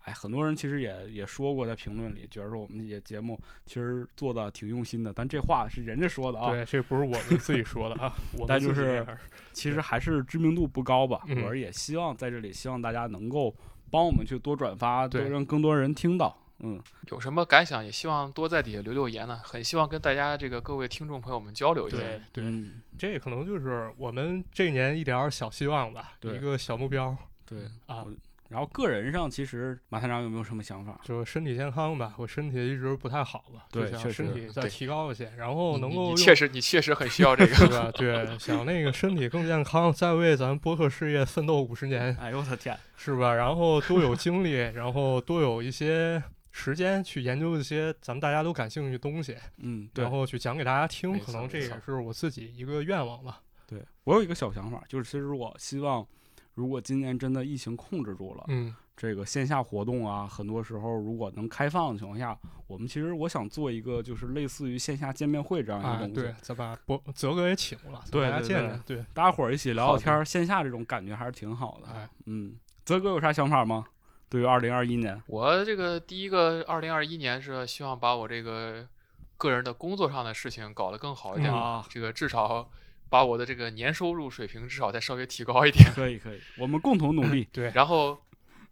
哎，很多人其实也也说过，在评论里觉得说我们也节目其实做的挺用心的，但这话是人家说的啊，
对，这不是我们自己说的啊，我
但
们
就
自己
是
那儿
其实还是知名度不高吧。
嗯
我是也希望在这里，希望大家能够帮我们去多转发，多
对
让更多人听到。嗯，
有什么感想也希望多在底下留留言呢，啊很希望跟大家这个各位听众朋友们交流一下。
对对，
嗯
这可能就是我们这一年一点儿小希望吧，
对
一个小目标
对
啊
我，然后个人上，其实马探长有没有什么想 法？
就是身体健康吧。我身体一直不太好吧，就
对
想
确
身
实
体再
对
提高一些，然后
你，
能
你
够
你
用
确实你确实很需 要这
对
个，
吧？对，想那个身体更健康，再为咱们播客事业奋斗五十年，
哎呦我的天！
是吧？然后多有精力，然后多有一些时间去研究一些咱们大家都感兴趣的东西，
嗯，对
然后去讲给大家
没
听。可
错
能
没
这也
错
是我自己一个愿望吧。
对，我有一个小想法，就是其实我希望，如果今年真的疫情控制住了，
嗯
这个线下活动啊，很多时候如果能开放的情况下，我们其实我想做一个就是类似于线下见面会这样一个
啊，
东西，
对，咱把博泽哥也请了，
对
大家
对
见
对
见。对，
大家伙儿一起聊
好
聊
的
天儿，线下这种感觉还是挺好的。
哎，
嗯，泽哥有啥想法吗？对于二零二一年，
我这个第一个二零二一年是希望把我这个个人的工作上的事情搞得更好一点，
嗯
啊
这个至少把我的这个年收入水平至少再稍微提高一点。
可以可以，我们共同努力。
然后，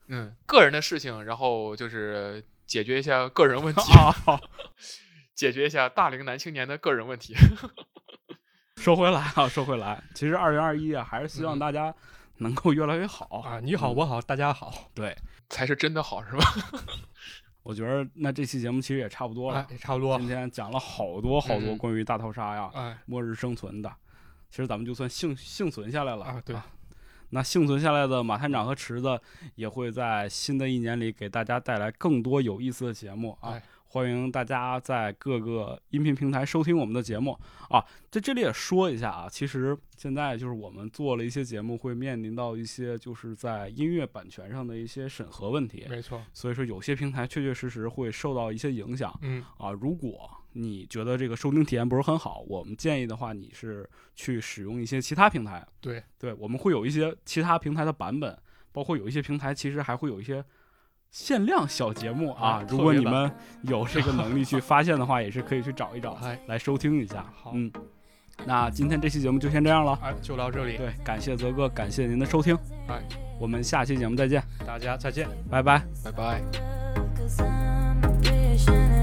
嗯，个人的事情，然后就是解决一下个 人问题，
啊，
解决一下大龄男青年的个人问题。
说回来啊，说回来，其实二零二一啊，还是希望
嗯
大家能够越来越好
啊，你好，
嗯
我好，大家好，
对，
才是真的好，是吧？
我觉得那这期节目其实也差不多
哎
了，，
也差不多
今。天讲了好多好多
嗯
关于大逃杀呀、
哎
末日生存的，其实咱们就算幸幸存下来了
啊，对，
那幸存下来的马探长和池子也会在新的一年里给大家带来更多有意思的节目啊
哎！
欢迎大家在各个音频平台收听我们的节目啊！在这里也说一下啊，其实现在就是我们做了一些节目，会面临到一些就是在音乐版权上的一些审核问题，
没错。
所以说有些平台确确实实会受到一些影响。
嗯，
啊，如果你觉得这个收听体验不是很好，我们建议的话，你是去使用一些其他平台。
对
对，我们会有一些其他平台的版本，包括有一些平台其实还会有一些限量小节目啊
啊。
如
特
果
别
你
版
们有这个能力去发现的话，也是可以去找一找
哎
来收听一下。
好
嗯，那今天这期节目就先这样了。
哎，就到这里，
对，感谢泽哥，感谢您的收听，
哎，
我们下期节目再见，
大家再见。
拜拜。
拜拜。
Cause I'm wishing